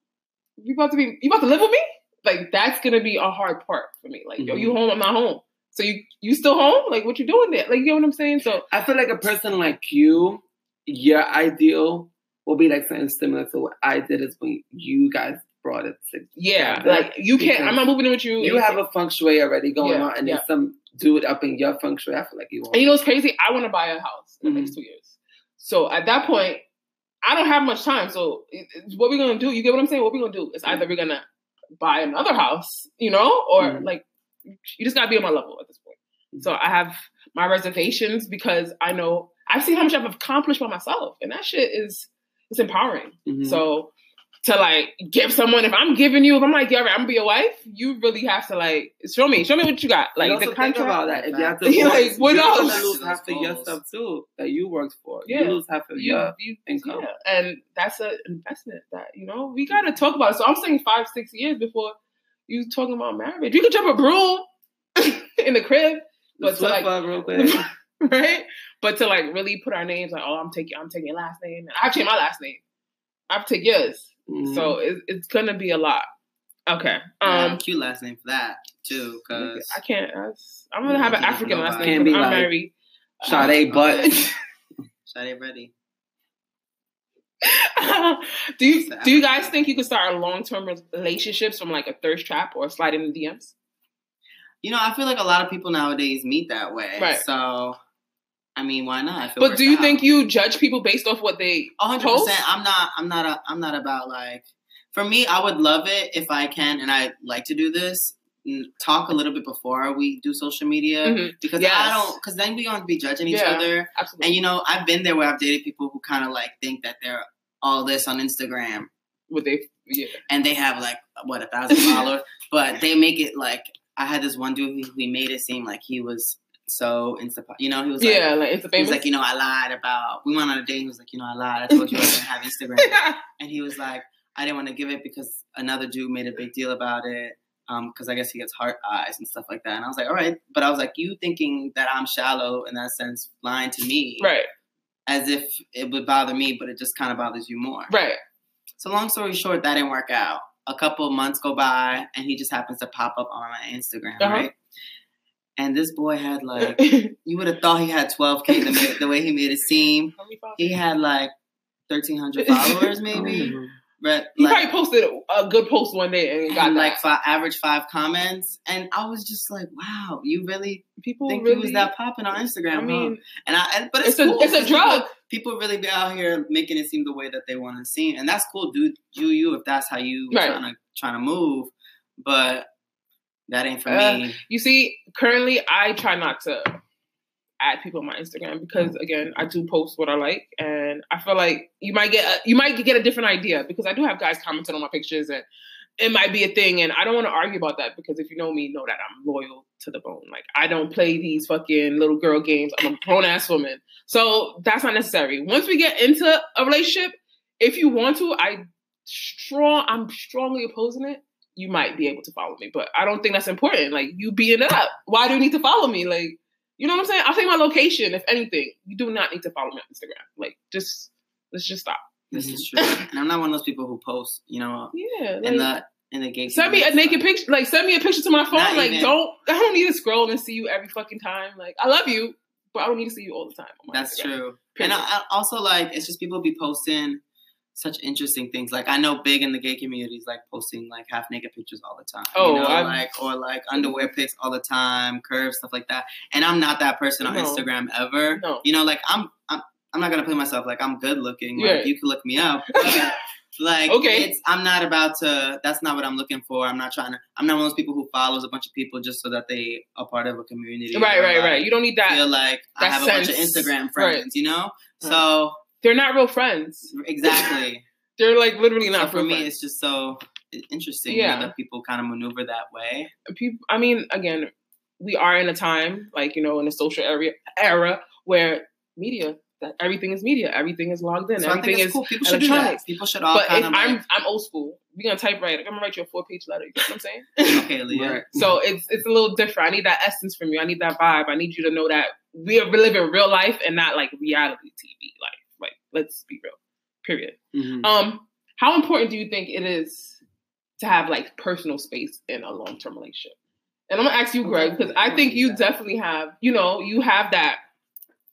Speaker 2: you about to be you about to live with me? Like that's gonna be a hard part for me. Like, yo,
Speaker 3: Mhm.
Speaker 4: Mm-hmm.
Speaker 2: you home, I'm not home. So you you still home? Like what you doing there? Like you know what I'm saying? So
Speaker 3: I feel like a person like you, your ideal will be like something similar to what I did is when you guys brought it to.
Speaker 2: yeah,
Speaker 3: Yeah,
Speaker 2: like you can't I'm
Speaker 3: because
Speaker 2: not moving in with you.
Speaker 3: You have a feng shui already going
Speaker 2: Yeah,
Speaker 3: on, and
Speaker 2: yeah.
Speaker 3: there's some dude up in your feng shui. I feel like you
Speaker 2: And
Speaker 3: won't.
Speaker 2: you know what's crazy? I want to buy a house in the
Speaker 3: Mm-hmm.
Speaker 2: next two years. So at that point, I don't have much time. So it- it's what we're gonna do? You get what I'm saying? What we're gonna do is
Speaker 3: Mm-hmm.
Speaker 2: either we're gonna buy another house, you know, or
Speaker 3: Mhm.
Speaker 2: like you just gotta be on my level at this point.
Speaker 3: Mm-hmm.
Speaker 2: So I have my reservations because I know I've seen how much I've accomplished by myself, and that shit is it's empowering.
Speaker 3: Mhm.
Speaker 2: So to like give someone, if I'm giving you, if I'm like, yeah, all right, I'm gonna be your wife, you really have to like show me, show me what you got, like
Speaker 3: and also
Speaker 2: the
Speaker 3: think
Speaker 2: contract.
Speaker 3: about that. If you have to,
Speaker 2: Like,
Speaker 3: divorce,
Speaker 2: what
Speaker 3: you're gonna
Speaker 2: else?
Speaker 3: lose half of your
Speaker 4: Goals.
Speaker 3: stuff too that you worked for.
Speaker 2: Yeah.
Speaker 3: You lose half of
Speaker 2: you,
Speaker 3: your
Speaker 2: you-
Speaker 3: income.
Speaker 2: yeah, and that's an investment that you know we gotta talk about. it. So I'm saying five, six years before you talking about marriage. You could jump a broom in the crib, But
Speaker 3: But
Speaker 2: so, like-
Speaker 3: real quick.
Speaker 2: right? But to like really put our names, like oh, I'm taking, I'm taking your last name, and I changed my last name. I've taken yours,
Speaker 3: Mhm.
Speaker 2: so it, it's gonna be a lot. Okay,
Speaker 4: Yeah,
Speaker 2: um,
Speaker 4: cute last name for that too, because
Speaker 2: I can't. that's- I'm gonna have an African last name.
Speaker 3: Can't be
Speaker 2: 'cause I'm
Speaker 3: like-
Speaker 2: married.
Speaker 3: Sade butt.
Speaker 4: Shade ready.
Speaker 2: do you do you guys think you could start long term relationships from like a thirst trap or sliding in the DMs?
Speaker 4: You know, I feel like a lot of people nowadays meet that way.
Speaker 2: Right.
Speaker 4: So, I mean, why not? If it
Speaker 2: But
Speaker 4: works
Speaker 2: do you
Speaker 4: out.
Speaker 2: think you judge people based off what they?
Speaker 4: A hundred
Speaker 2: Post?
Speaker 4: percent. I'm not. I'm not. A, I'm not about like. For me, I would love it if I can, and I like to do this. n- Talk a little bit before we do social media
Speaker 2: Mhm.
Speaker 4: because I
Speaker 2: Yes.
Speaker 4: don't. Because then we gonna be judging each
Speaker 2: Yeah.
Speaker 4: other. And
Speaker 2: Absolutely.
Speaker 4: you know, I've been there where I've dated people who kind of like think that they're all this on Instagram,
Speaker 2: What they? Yeah.
Speaker 4: and they have like what a thousand followers, but they make it like I had this one dude who he made it seem like he was so insta. You know, he was like,
Speaker 2: yeah. Like it's a
Speaker 4: he
Speaker 2: famous.
Speaker 4: was like, you know, I lied about. We went on a date. He was like, you know, I lied. I told you I didn't have Instagram, and he was like, I didn't want to give it because another dude made a big deal about it. Um, because I guess he gets heart eyes and stuff like that. And I was like, all right, but I was like, you thinking that I'm shallow in that sense, lying to me,
Speaker 2: right.
Speaker 4: As if it would bother me, but it just kind of bothers you more.
Speaker 2: Right.
Speaker 4: So long story short, that didn't work out. A couple of months go by, and he just happens to pop up on my Instagram,
Speaker 2: Uh-huh.
Speaker 4: right? And this boy had like you would have thought he had 12k the, ma- the way he made it seem. He had like 1,300 followers, maybe. But
Speaker 2: He probably
Speaker 4: like,
Speaker 2: posted a good post one day and
Speaker 4: and
Speaker 2: got
Speaker 4: like
Speaker 2: like
Speaker 4: five, average five comments, and I was just like, "Wow, you really
Speaker 2: people
Speaker 4: think
Speaker 2: really.
Speaker 4: he was that popping on Instagram?"
Speaker 2: I
Speaker 4: huh?"
Speaker 2: mean,
Speaker 4: and I, and, but it's
Speaker 2: it's a
Speaker 4: cool
Speaker 2: it's a
Speaker 4: because people-
Speaker 2: drug.
Speaker 4: People, really be out here making it seem the way that they want to seem, and that's cool, dude. Do you if that's how you
Speaker 2: Right.
Speaker 4: trying to trying to move, but that ain't for
Speaker 2: Uh,
Speaker 4: me.
Speaker 2: You see, currently I try not to add people on my Instagram because again, I do post what I like, and I feel like you might get a, you might get a different idea because I do have guys commenting on my pictures, and it might be a thing, and I don't want to argue about that because if you know me, you know that I'm loyal to the bone. Like I don't play these fucking little girl games. I'm a grown ass woman, so that's not necessary. Once we get into a relationship, if you want to, I strong I'm strongly opposing it you might be able to follow me. But I don't think that's important. Like you being it up. Why do you need to follow me? Like, you know what I'm saying? I'll take my location, if anything. You do not need to follow me on Instagram. Like just let's just stop.
Speaker 4: This is true, and I'm not one of those people who post, you know,
Speaker 2: Yeah.
Speaker 4: in
Speaker 2: Like,
Speaker 4: the in the gay.
Speaker 2: send me a
Speaker 4: community.
Speaker 2: naked picture like send me a picture to my phone.
Speaker 4: Not
Speaker 2: like
Speaker 4: even.
Speaker 2: don't I don't need to scroll and see you every fucking time. Like I love you, but I don't need to see you all the time. on my
Speaker 4: That's
Speaker 2: Instagram.
Speaker 4: true.
Speaker 2: Period.
Speaker 4: And I, I also like it's just people be posting such interesting things. Like I know big in the gay community is like posting like half naked pictures all the time.
Speaker 2: Oh,
Speaker 4: you know,
Speaker 2: I'm-
Speaker 4: like or like underwear pics all the time, curves stuff like that. And I'm not that person on
Speaker 2: No.
Speaker 4: Instagram ever.
Speaker 2: No.
Speaker 4: You know, like I'm I'm I'm not gonna play myself like I'm good looking. Like
Speaker 2: Yeah.
Speaker 4: you can look me up. but, Like
Speaker 2: Okay.
Speaker 4: it's I'm not about to that's not what I'm looking for. I'm not trying to I'm not one of those people who follows a bunch of people just so that they are part of a community.
Speaker 2: Right,
Speaker 4: or,
Speaker 2: right,
Speaker 4: like,
Speaker 2: right. You don't need that.
Speaker 4: feel like I
Speaker 2: that
Speaker 4: have a bunch of
Speaker 2: sense.
Speaker 4: Instagram friends,
Speaker 2: Right.
Speaker 4: you know?
Speaker 2: Right.
Speaker 4: So
Speaker 2: They're not real friends.
Speaker 4: exactly.
Speaker 2: They're like literally
Speaker 4: so
Speaker 2: not
Speaker 4: for
Speaker 2: real
Speaker 4: me,
Speaker 2: friends.
Speaker 4: it's just so interesting you know,
Speaker 2: Yeah.
Speaker 4: that people kind of maneuver that way.
Speaker 2: people i mean again we are in a time like you know in a social area era where media that everything is media everything is logged in
Speaker 4: So I
Speaker 2: everything
Speaker 4: think it's
Speaker 2: is
Speaker 4: cool. People should do that.
Speaker 2: electronics.
Speaker 4: People should all
Speaker 2: but
Speaker 4: kind
Speaker 2: if
Speaker 4: of
Speaker 2: i'm
Speaker 4: like,
Speaker 2: i'm old school we're gonna typewrite i'm gonna write you a four-page letter you know what i'm saying
Speaker 4: okay, Leah.
Speaker 3: Right.
Speaker 2: so it's it's a little different i need that essence from you i need that vibe i need you to know that we're living real life and not like reality tv life like let's be real period
Speaker 3: Mhm.
Speaker 2: um, how important do you think it is to have like personal space in a long term relationship? And I'm gonna ask you, Greg, because I think you definitely have, you know, you have that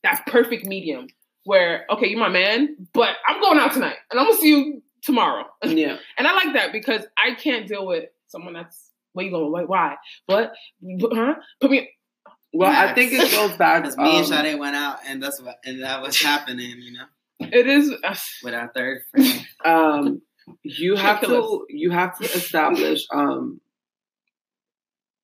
Speaker 2: that perfect medium where, okay, you're my man, but I'm going out tonight and I'm gonna see you tomorrow.
Speaker 3: Yeah.
Speaker 2: And I like that because I can't deal with someone that's where you going, wait, why? What? Huh? Put me
Speaker 3: Well, I
Speaker 4: Yes.
Speaker 3: think it goes back.
Speaker 4: Because me
Speaker 3: um,
Speaker 4: and Sade went out, and that's what, and that was happening, you know,
Speaker 2: it is
Speaker 4: with our third friend.
Speaker 3: um you have
Speaker 2: Ridiculous.
Speaker 3: to you have to establish um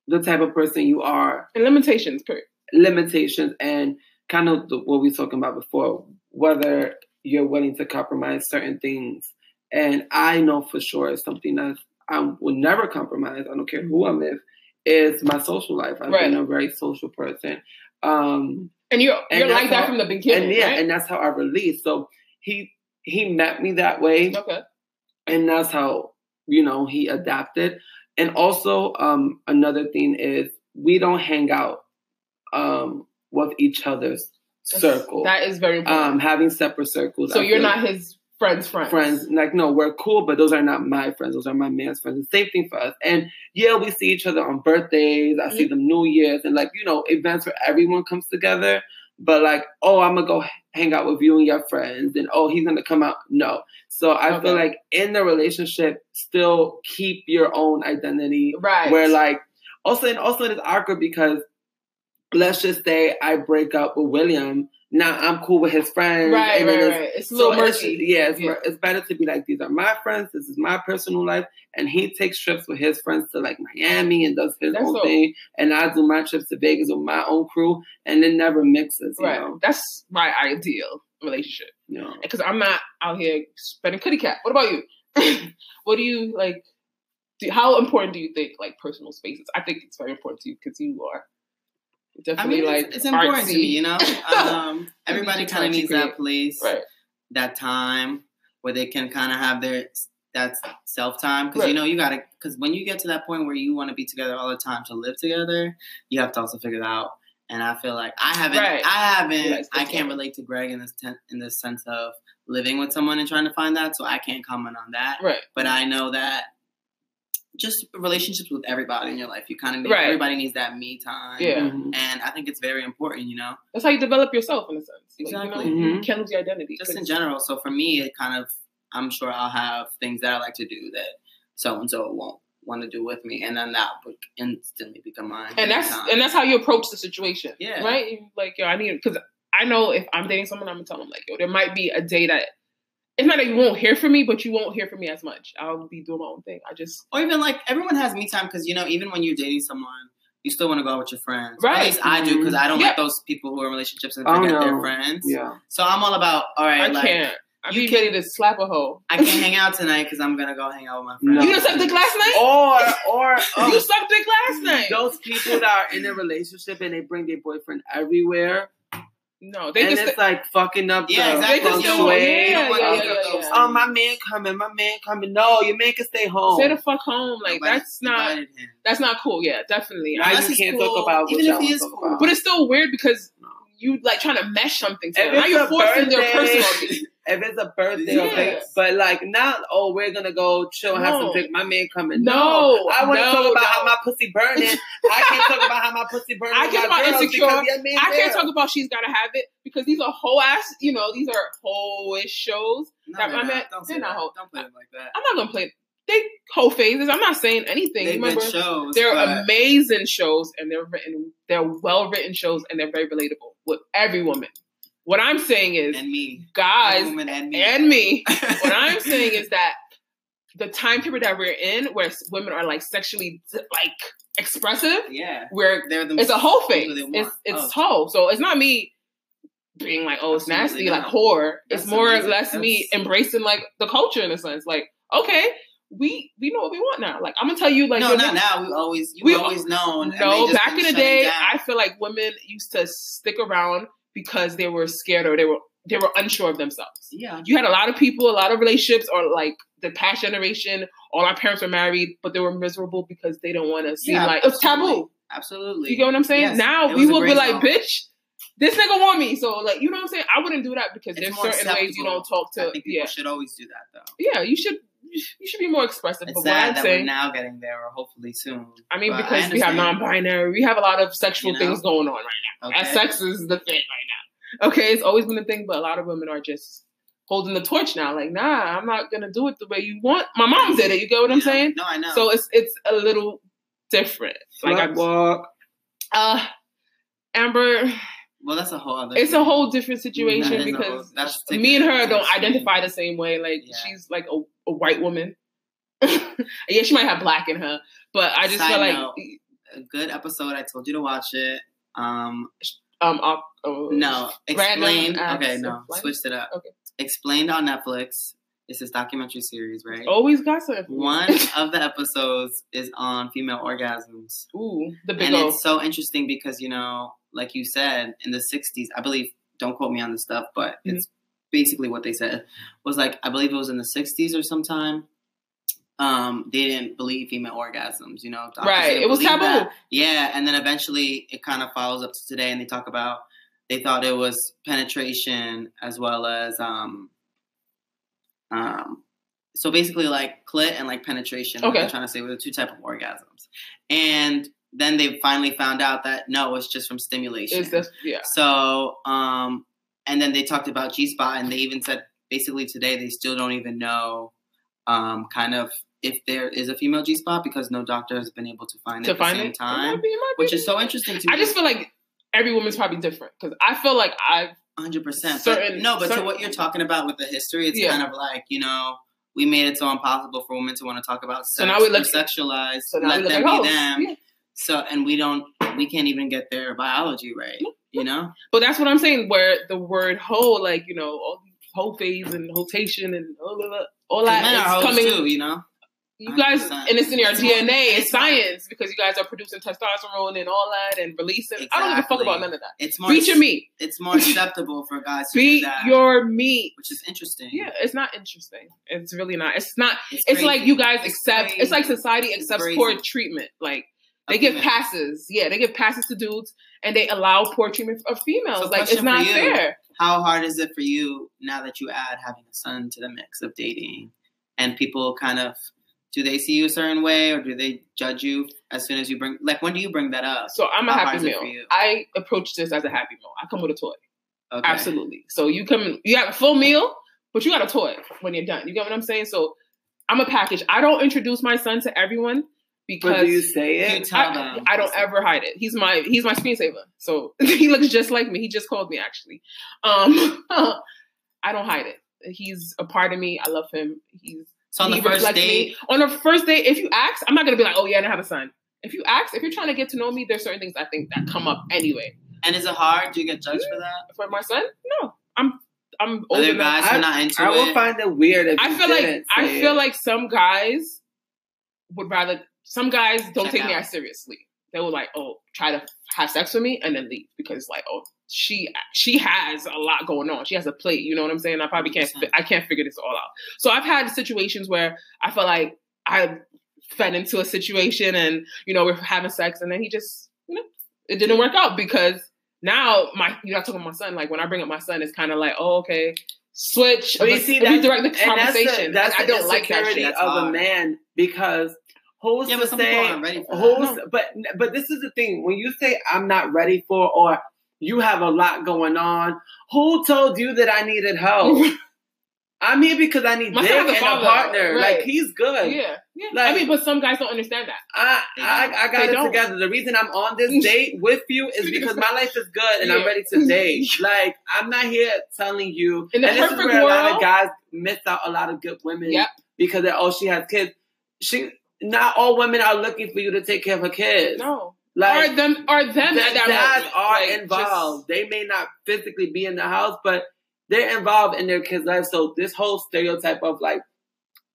Speaker 3: the type of person you are
Speaker 2: and limitations, period.
Speaker 3: limitations and kind of the, what we were talking about before whether you're willing to compromise certain things and i know for sure it's something that i will never compromise i don't care who i'm with is my social life i've
Speaker 2: Right.
Speaker 3: been a very social person um
Speaker 2: And you're
Speaker 3: And
Speaker 2: you're
Speaker 3: that's
Speaker 2: like that
Speaker 3: how-
Speaker 2: from the beginning.
Speaker 3: and yeah
Speaker 2: right?
Speaker 3: and that's how i release so he he met me that way
Speaker 2: okay.
Speaker 3: and that's how you know he adapted and also um another thing is we don't hang out um with each other's circle
Speaker 2: That is very important.
Speaker 3: um having separate circles
Speaker 2: So
Speaker 3: I
Speaker 2: you're
Speaker 3: feel
Speaker 2: not his friend's friend.
Speaker 3: friends like no we're cool but those are not my friends those are my man's friends the same thing for us and yeah we see each other on birthdays i
Speaker 2: Mm-hmm.
Speaker 3: see them new years and like you know events where everyone comes together but like oh i'm gonna go h- hang out with you and your friends and oh he's gonna come out no so i feel
Speaker 2: Okay.
Speaker 3: like in the relationship still keep your own identity
Speaker 2: Right.
Speaker 3: where like also and also it is awkward because let's just say i break up with william now i'm cool with his friends
Speaker 2: right,
Speaker 3: and then
Speaker 2: right,
Speaker 3: it's-
Speaker 2: right. It's a little
Speaker 3: it's-
Speaker 2: murky.
Speaker 3: yeah, it's,
Speaker 2: Yeah.
Speaker 3: mer- it's better to be like these are my friends. This is my personal life, and he takes trips with his friends to like Miami and does his
Speaker 2: That's
Speaker 3: own
Speaker 2: all.
Speaker 3: thing, and I do my trips to Vegas with my own crew, and it never mixes. You
Speaker 2: Right.
Speaker 3: know,
Speaker 2: That's my ideal relationship.
Speaker 3: you know.
Speaker 2: Because I'm not out here spending kitty cat. What about you? what do you like? Do, how important do you think like personal spaces? I think it's very important to you because you are
Speaker 4: I
Speaker 2: definitely
Speaker 4: mean,
Speaker 2: like
Speaker 4: it's, it's important
Speaker 2: artsy.
Speaker 4: to me, you know. Um, everybody
Speaker 2: Artsy
Speaker 4: kind of needs
Speaker 2: creative.
Speaker 4: that place.
Speaker 2: Right.
Speaker 4: that time where they can kind of have their that self time because you
Speaker 2: Right.
Speaker 4: know you gotta because when you get to that point where you want to be together all the time to live together you have to also figure it out and i feel like i haven't
Speaker 2: Right.
Speaker 4: i haven't
Speaker 2: Realize
Speaker 4: i
Speaker 2: that's
Speaker 4: can't
Speaker 2: right.
Speaker 4: relate to greg in this ten, in this sense of living with someone and trying to find that so i can't comment on that
Speaker 2: Right.
Speaker 4: but i know that just relationships with everybody in your life. You kind of need
Speaker 2: Right.
Speaker 4: everybody needs that me time.
Speaker 2: Yeah.
Speaker 3: Mm-hmm.
Speaker 4: And I think it's very important, you know,
Speaker 2: That's how you develop yourself in a sense. Like,
Speaker 4: Exactly.
Speaker 2: you, know,
Speaker 3: Mhm.
Speaker 2: you can't lose your identity.
Speaker 4: just in
Speaker 2: 'cause-
Speaker 4: general. So for me, it kind of, I'm sure I'll have things that I like to do that so and so won't want to do with me, and then that would instantly become mine.
Speaker 2: and that's
Speaker 4: anytime.
Speaker 2: and that's how you approach the situation.
Speaker 4: Yeah.
Speaker 2: Right? You- Like, yo, I need because I know if I'm dating someone, I'm gonna tell them like, yo, there might be a day that it's not that you won't hear from me, but you won't hear from me as much. I'll be doing my own thing. I just
Speaker 4: or even like everyone has me time because you know even when you're dating someone you still want to go out with your friends
Speaker 2: Right.
Speaker 4: at least i do because i don't
Speaker 2: Yeah.
Speaker 4: like those people who are in relationships and
Speaker 3: Oh,
Speaker 4: forget
Speaker 3: no.
Speaker 4: their friends
Speaker 3: Yeah.
Speaker 4: so i'm all about all right
Speaker 2: I
Speaker 4: like
Speaker 2: can't. I
Speaker 4: you
Speaker 2: be
Speaker 4: can-
Speaker 2: ready to slap a hoe.
Speaker 4: i can't hang out tonight because i'm gonna go hang out with my
Speaker 3: No.
Speaker 4: friends
Speaker 2: You done sucked dick last night?
Speaker 3: Or or oh,
Speaker 2: You sucked dick last night.
Speaker 3: those people that are in a relationship and they bring their boyfriend everywhere,
Speaker 2: No, they
Speaker 3: and
Speaker 2: just
Speaker 3: it's like fucking up.
Speaker 4: Yeah,
Speaker 3: the
Speaker 4: exactly.
Speaker 2: They
Speaker 3: feng
Speaker 2: just
Speaker 4: You don't
Speaker 2: don't-
Speaker 4: want-
Speaker 3: shui.
Speaker 4: you don't
Speaker 2: yeah,
Speaker 4: want
Speaker 2: yeah,
Speaker 4: either
Speaker 2: yeah,
Speaker 4: of those.
Speaker 2: yeah.
Speaker 3: Oh, my man coming, my man coming. No, your man can stay home.
Speaker 2: stay the fuck home. Like
Speaker 4: Nobody
Speaker 2: that's not
Speaker 4: invited him.
Speaker 2: that's not cool. Yeah, definitely.
Speaker 3: now
Speaker 4: Unless
Speaker 3: you
Speaker 4: he's
Speaker 3: can't
Speaker 4: cool,
Speaker 3: talk about what
Speaker 4: even if
Speaker 3: y'all
Speaker 4: he
Speaker 3: wanna
Speaker 4: is
Speaker 3: talk
Speaker 4: cool.
Speaker 3: about.
Speaker 2: But it's still weird because you like trying to mesh something. To
Speaker 3: If
Speaker 2: now
Speaker 3: it's
Speaker 2: you're
Speaker 3: a
Speaker 2: forcing their
Speaker 3: birthday-
Speaker 2: personality.
Speaker 3: if it's a birthday,
Speaker 2: Yeah.
Speaker 3: okay, but like not oh we're gonna go chill and have
Speaker 2: No.
Speaker 3: some dick. My man coming.
Speaker 2: No.
Speaker 3: I want to
Speaker 2: No,
Speaker 3: talk about
Speaker 2: no.
Speaker 3: how my pussy burning. I can't talk about how my pussy burning.
Speaker 2: I can't
Speaker 3: my
Speaker 2: talk about
Speaker 3: girls
Speaker 2: insecure.
Speaker 3: because your man
Speaker 2: I
Speaker 3: there.
Speaker 2: can't talk about she's gotta have it because these are whole ass. You know, these are whole ish shows. That
Speaker 4: No, they're
Speaker 2: my
Speaker 4: not.
Speaker 2: man-
Speaker 4: don't say
Speaker 2: they're not
Speaker 4: that.
Speaker 2: hoe.
Speaker 4: Don't play them like that.
Speaker 2: I'm not gonna play they whole phases. I'm not saying anything.
Speaker 4: They've
Speaker 2: Remember,
Speaker 4: been shows.
Speaker 2: they're
Speaker 4: but
Speaker 2: amazing shows and they're written. They're well written shows and they're very relatable with every woman. What I'm saying is,
Speaker 4: and me.
Speaker 2: guys
Speaker 4: Woman and me.
Speaker 2: and me. What I'm saying is that the time period that we're in, where s- women are like sexually like expressive,
Speaker 4: yeah.
Speaker 2: where
Speaker 4: They're the
Speaker 2: it's a whole thing.
Speaker 4: People they
Speaker 2: It's
Speaker 4: want.
Speaker 2: it's
Speaker 4: Oh.
Speaker 2: whole. So it's not me being like, oh, it's
Speaker 4: Absolutely
Speaker 2: nasty, like
Speaker 4: not.
Speaker 2: whore. it's
Speaker 4: That's
Speaker 2: more
Speaker 4: amazing.
Speaker 2: or less me
Speaker 4: That's-
Speaker 2: embracing like the culture in a sense. Like, okay, we we know what we want now. Like, I'm gonna tell you, like,
Speaker 4: no,
Speaker 2: yo,
Speaker 4: not
Speaker 2: we-
Speaker 4: now. We always you
Speaker 2: we-
Speaker 4: always known. and they
Speaker 2: no.
Speaker 4: just
Speaker 2: Back
Speaker 4: been
Speaker 2: in the
Speaker 4: shutting
Speaker 2: day,
Speaker 4: down.
Speaker 2: I feel like women used to stick around because they were scared or they were they were unsure of themselves.
Speaker 4: yeah,
Speaker 2: You had a lot of people, a lot of relationships, or like the past generation. All our parents were married, but they were miserable because they don't want to seem
Speaker 4: Yeah,
Speaker 2: like it's
Speaker 4: absolutely.
Speaker 2: taboo.
Speaker 4: absolutely.
Speaker 2: You get what I'm saying?
Speaker 4: Yes,
Speaker 2: now
Speaker 4: it
Speaker 2: we
Speaker 4: was a
Speaker 2: will be
Speaker 4: great
Speaker 2: like,
Speaker 4: song.
Speaker 2: bitch, this nigga want me. So like, you know what I'm saying? I wouldn't do that because
Speaker 4: It's
Speaker 2: there's
Speaker 4: more
Speaker 2: certain ways you
Speaker 4: acceptable.
Speaker 2: don't talk
Speaker 4: I
Speaker 2: to.
Speaker 4: think people
Speaker 2: Yeah,
Speaker 4: should always do that though.
Speaker 2: yeah. You should you should be more expressive.
Speaker 4: It's
Speaker 2: But what I'm
Speaker 4: sad that we're
Speaker 2: saying,
Speaker 4: now getting there, or hopefully soon.
Speaker 2: I mean,
Speaker 4: but I
Speaker 2: because we have
Speaker 4: understand.
Speaker 2: non-binary, we have a lot of sexual
Speaker 4: You know?
Speaker 2: things going on right now.
Speaker 4: Okay.
Speaker 2: And sex is the thing right now. Okay, it's always been a thing, but a lot of women are just holding the torch now. Like, nah, I'm not gonna do it the way you want. My mom did it. You get what I'm
Speaker 4: You know?
Speaker 2: saying?
Speaker 4: No, I know.
Speaker 2: So it's it's a little different. Like,
Speaker 3: Slut
Speaker 2: I'm,
Speaker 3: walk.
Speaker 2: uh, Amber.
Speaker 4: well, that's a whole other.
Speaker 2: it's
Speaker 4: thing.
Speaker 2: a whole different
Speaker 4: That
Speaker 2: situation
Speaker 4: is a whole-
Speaker 2: because
Speaker 4: that's
Speaker 2: me and her
Speaker 4: taking-
Speaker 2: don't identify the same way. Like
Speaker 4: Yeah.
Speaker 2: she's like a, a white woman. yeah, she might have black in her, but I just
Speaker 4: Side
Speaker 2: feel like
Speaker 4: note. A good episode. I told you to watch it. Um,
Speaker 2: um op- oh,
Speaker 4: no,
Speaker 2: Random
Speaker 4: explained.
Speaker 2: acts
Speaker 4: Okay,
Speaker 2: of
Speaker 4: no,
Speaker 2: life?
Speaker 4: switched it up.
Speaker 2: Okay.
Speaker 4: explained on Netflix. It's this documentary series, right?
Speaker 2: always gossip.
Speaker 4: One of the episodes is on female orgasms.
Speaker 2: Ooh, the big
Speaker 4: and
Speaker 2: O.
Speaker 4: it's so interesting because you know like you said in the 60s i believe don't quote me on this stuff but
Speaker 2: Mm-hmm.
Speaker 4: it's basically what they said was like i believe it was in the 60s or sometime um they didn't believe female orgasms you know doctors
Speaker 2: Right,
Speaker 4: didn't
Speaker 2: it was
Speaker 4: believe
Speaker 2: taboo.
Speaker 4: that. yeah and then eventually it kind of follows up to today and they talk about they thought it was penetration as well as um um so basically like clit and like penetration like
Speaker 2: Okay.
Speaker 4: they're trying to say were the two type of orgasms and then they finally found out that no it's just from stimulation
Speaker 2: Is this yeah?
Speaker 4: so um and then they talked about g-spot and they even said basically today they still don't even know um kind of if there is a female g-spot because no doctor has been able to find it
Speaker 2: To
Speaker 4: at
Speaker 2: find
Speaker 4: the same
Speaker 2: it, It might
Speaker 4: time
Speaker 2: be, it might
Speaker 4: which
Speaker 2: be.
Speaker 4: is so interesting to
Speaker 2: I
Speaker 4: me
Speaker 2: just feel like every woman's probably different because I feel like I've
Speaker 4: hundred percent.
Speaker 2: Certain-
Speaker 4: No, but
Speaker 2: certain-
Speaker 4: to what you're talking about with the history, it's
Speaker 2: Yeah.
Speaker 4: kind of like you know we made it so impossible for women to want to talk about sex.
Speaker 2: now we look-
Speaker 4: or sexualized.
Speaker 2: so now
Speaker 4: let
Speaker 2: we look
Speaker 4: them
Speaker 2: like
Speaker 4: be
Speaker 2: hoes.
Speaker 4: them.
Speaker 2: Yeah.
Speaker 4: So and we don't, we can't even get their biology right. You know,
Speaker 2: But that's what I'm saying. Where the word "whole," like you know, all these whole phase and hotation and all of that, all
Speaker 4: 'Cause men are
Speaker 2: that
Speaker 4: hoes
Speaker 2: is coming
Speaker 4: too. You know,
Speaker 2: you guys,
Speaker 4: 100%.
Speaker 2: and it's in your
Speaker 4: It's more-
Speaker 2: DNA. It's
Speaker 4: it's more-
Speaker 2: science because you guys are producing testosterone and all that and releasing. I don't give a fuck
Speaker 4: Exactly.
Speaker 2: about none of that.
Speaker 4: it's more.
Speaker 2: Be your meat.
Speaker 4: It's more acceptable for guys to do
Speaker 2: Be
Speaker 4: that,
Speaker 2: your meat.
Speaker 4: which is interesting.
Speaker 2: Yeah, it's not interesting. It's really not. It's not. It's
Speaker 4: crazy.
Speaker 2: like you guys
Speaker 4: It's
Speaker 2: accept. It's like
Speaker 4: crazy.
Speaker 2: society
Speaker 4: It's
Speaker 2: accepts
Speaker 4: crazy.
Speaker 2: poor treatment. Like they
Speaker 4: Of
Speaker 2: give
Speaker 4: women.
Speaker 2: passes. Yeah, they give passes to dudes and they allow poor treatment of females.
Speaker 4: So
Speaker 2: like it's
Speaker 4: question for
Speaker 2: not
Speaker 4: you.
Speaker 2: fair.
Speaker 4: How hard is it for you now that you add having a son to the mix of dating and people kind of do they see you a certain way or do they judge you as soon as you bring like when do you bring that up
Speaker 2: So I'm a
Speaker 4: How
Speaker 2: happy
Speaker 4: hard is it
Speaker 2: meal.
Speaker 4: for you?
Speaker 2: I approach this as a happy meal. I come with a toy.
Speaker 4: okay.
Speaker 2: Absolutely. So you come, you have a full meal, but you got a toy when you're done. You get what I'm saying? So I'm a package. I don't introduce my son to everyone
Speaker 3: But do you
Speaker 2: because
Speaker 3: say
Speaker 4: you
Speaker 3: it?
Speaker 4: tell
Speaker 2: I,
Speaker 4: them
Speaker 2: I don't ever hide it. He's my he's my screensaver. So he looks just like me. He just called me actually. Um, I don't hide it. He's a part of me. I love him. He's
Speaker 4: so on
Speaker 2: he
Speaker 4: the first
Speaker 2: reflects
Speaker 4: date
Speaker 2: me. On the first date, if you ask, I'm not gonna be like, oh yeah, I don't have a son. If you ask, if you're trying to get to know me, there's certain things I think that come up anyway.
Speaker 4: and is it hard do you get judged for that
Speaker 2: For my son, no, I'm I'm
Speaker 4: are
Speaker 2: older.
Speaker 4: there
Speaker 2: now.
Speaker 4: guys who are not into
Speaker 3: I
Speaker 4: it
Speaker 3: will find it weird if
Speaker 2: I
Speaker 3: you
Speaker 2: feel like
Speaker 3: didn't
Speaker 2: I
Speaker 3: say
Speaker 2: feel
Speaker 3: it.
Speaker 2: like some guys would rather some guys don't
Speaker 4: Check
Speaker 2: take me
Speaker 4: out.
Speaker 2: as seriously. They will like, oh, try to have sex with me and then leave because like, oh, she she has a lot going on. She has a plate. You know what I'm saying? I probably can't fi- I can't figure this all out. So I've had situations where I felt like I fed into a situation and you know we're having sex and then he just you know it didn't work out because now my you know I talking about my son like when I bring up my son it's kind of like oh okay switch
Speaker 3: But you
Speaker 2: Like,
Speaker 3: see,
Speaker 2: redirect
Speaker 3: that's-
Speaker 2: the
Speaker 3: and that's
Speaker 2: conversation.
Speaker 3: the, that's
Speaker 2: Like, I
Speaker 3: the
Speaker 2: don't like that
Speaker 3: insecurity
Speaker 2: shit.
Speaker 4: That's
Speaker 3: of a
Speaker 4: hard.
Speaker 3: man because who's
Speaker 4: yeah
Speaker 3: to
Speaker 4: but some people
Speaker 3: say
Speaker 4: aren't ready for that.
Speaker 3: Who's but but this is the thing when you say I'm not ready for or you have a lot going on. Who told you that I needed help? I'm here because I need
Speaker 2: My
Speaker 3: dick and
Speaker 2: son's a
Speaker 3: a
Speaker 2: father,
Speaker 3: partner.
Speaker 2: right.
Speaker 3: Like he's good.
Speaker 2: yeah, yeah. I
Speaker 3: Like-
Speaker 2: mean, but some guys don't understand that.
Speaker 3: I,
Speaker 4: They
Speaker 3: I I
Speaker 2: They
Speaker 3: got it
Speaker 2: don't.
Speaker 3: together. The reason I'm on this date with you is because my life is good and
Speaker 2: Yeah.
Speaker 3: I'm ready to date. Like I'm not here telling you.
Speaker 2: In the
Speaker 3: and this is
Speaker 2: perfect
Speaker 3: where a lot
Speaker 2: world-
Speaker 3: of guys miss out a lot of good women
Speaker 2: Yep.
Speaker 3: because they're, oh she has kids. She not all women are looking for you to take care of her kids.
Speaker 2: No,
Speaker 3: Like
Speaker 2: are them are them
Speaker 3: that,
Speaker 2: at that
Speaker 3: dads
Speaker 2: moment.
Speaker 3: are
Speaker 2: Like,
Speaker 3: involved. they may not physically be in the house, but they're involved in their kids' life. So this whole stereotype of like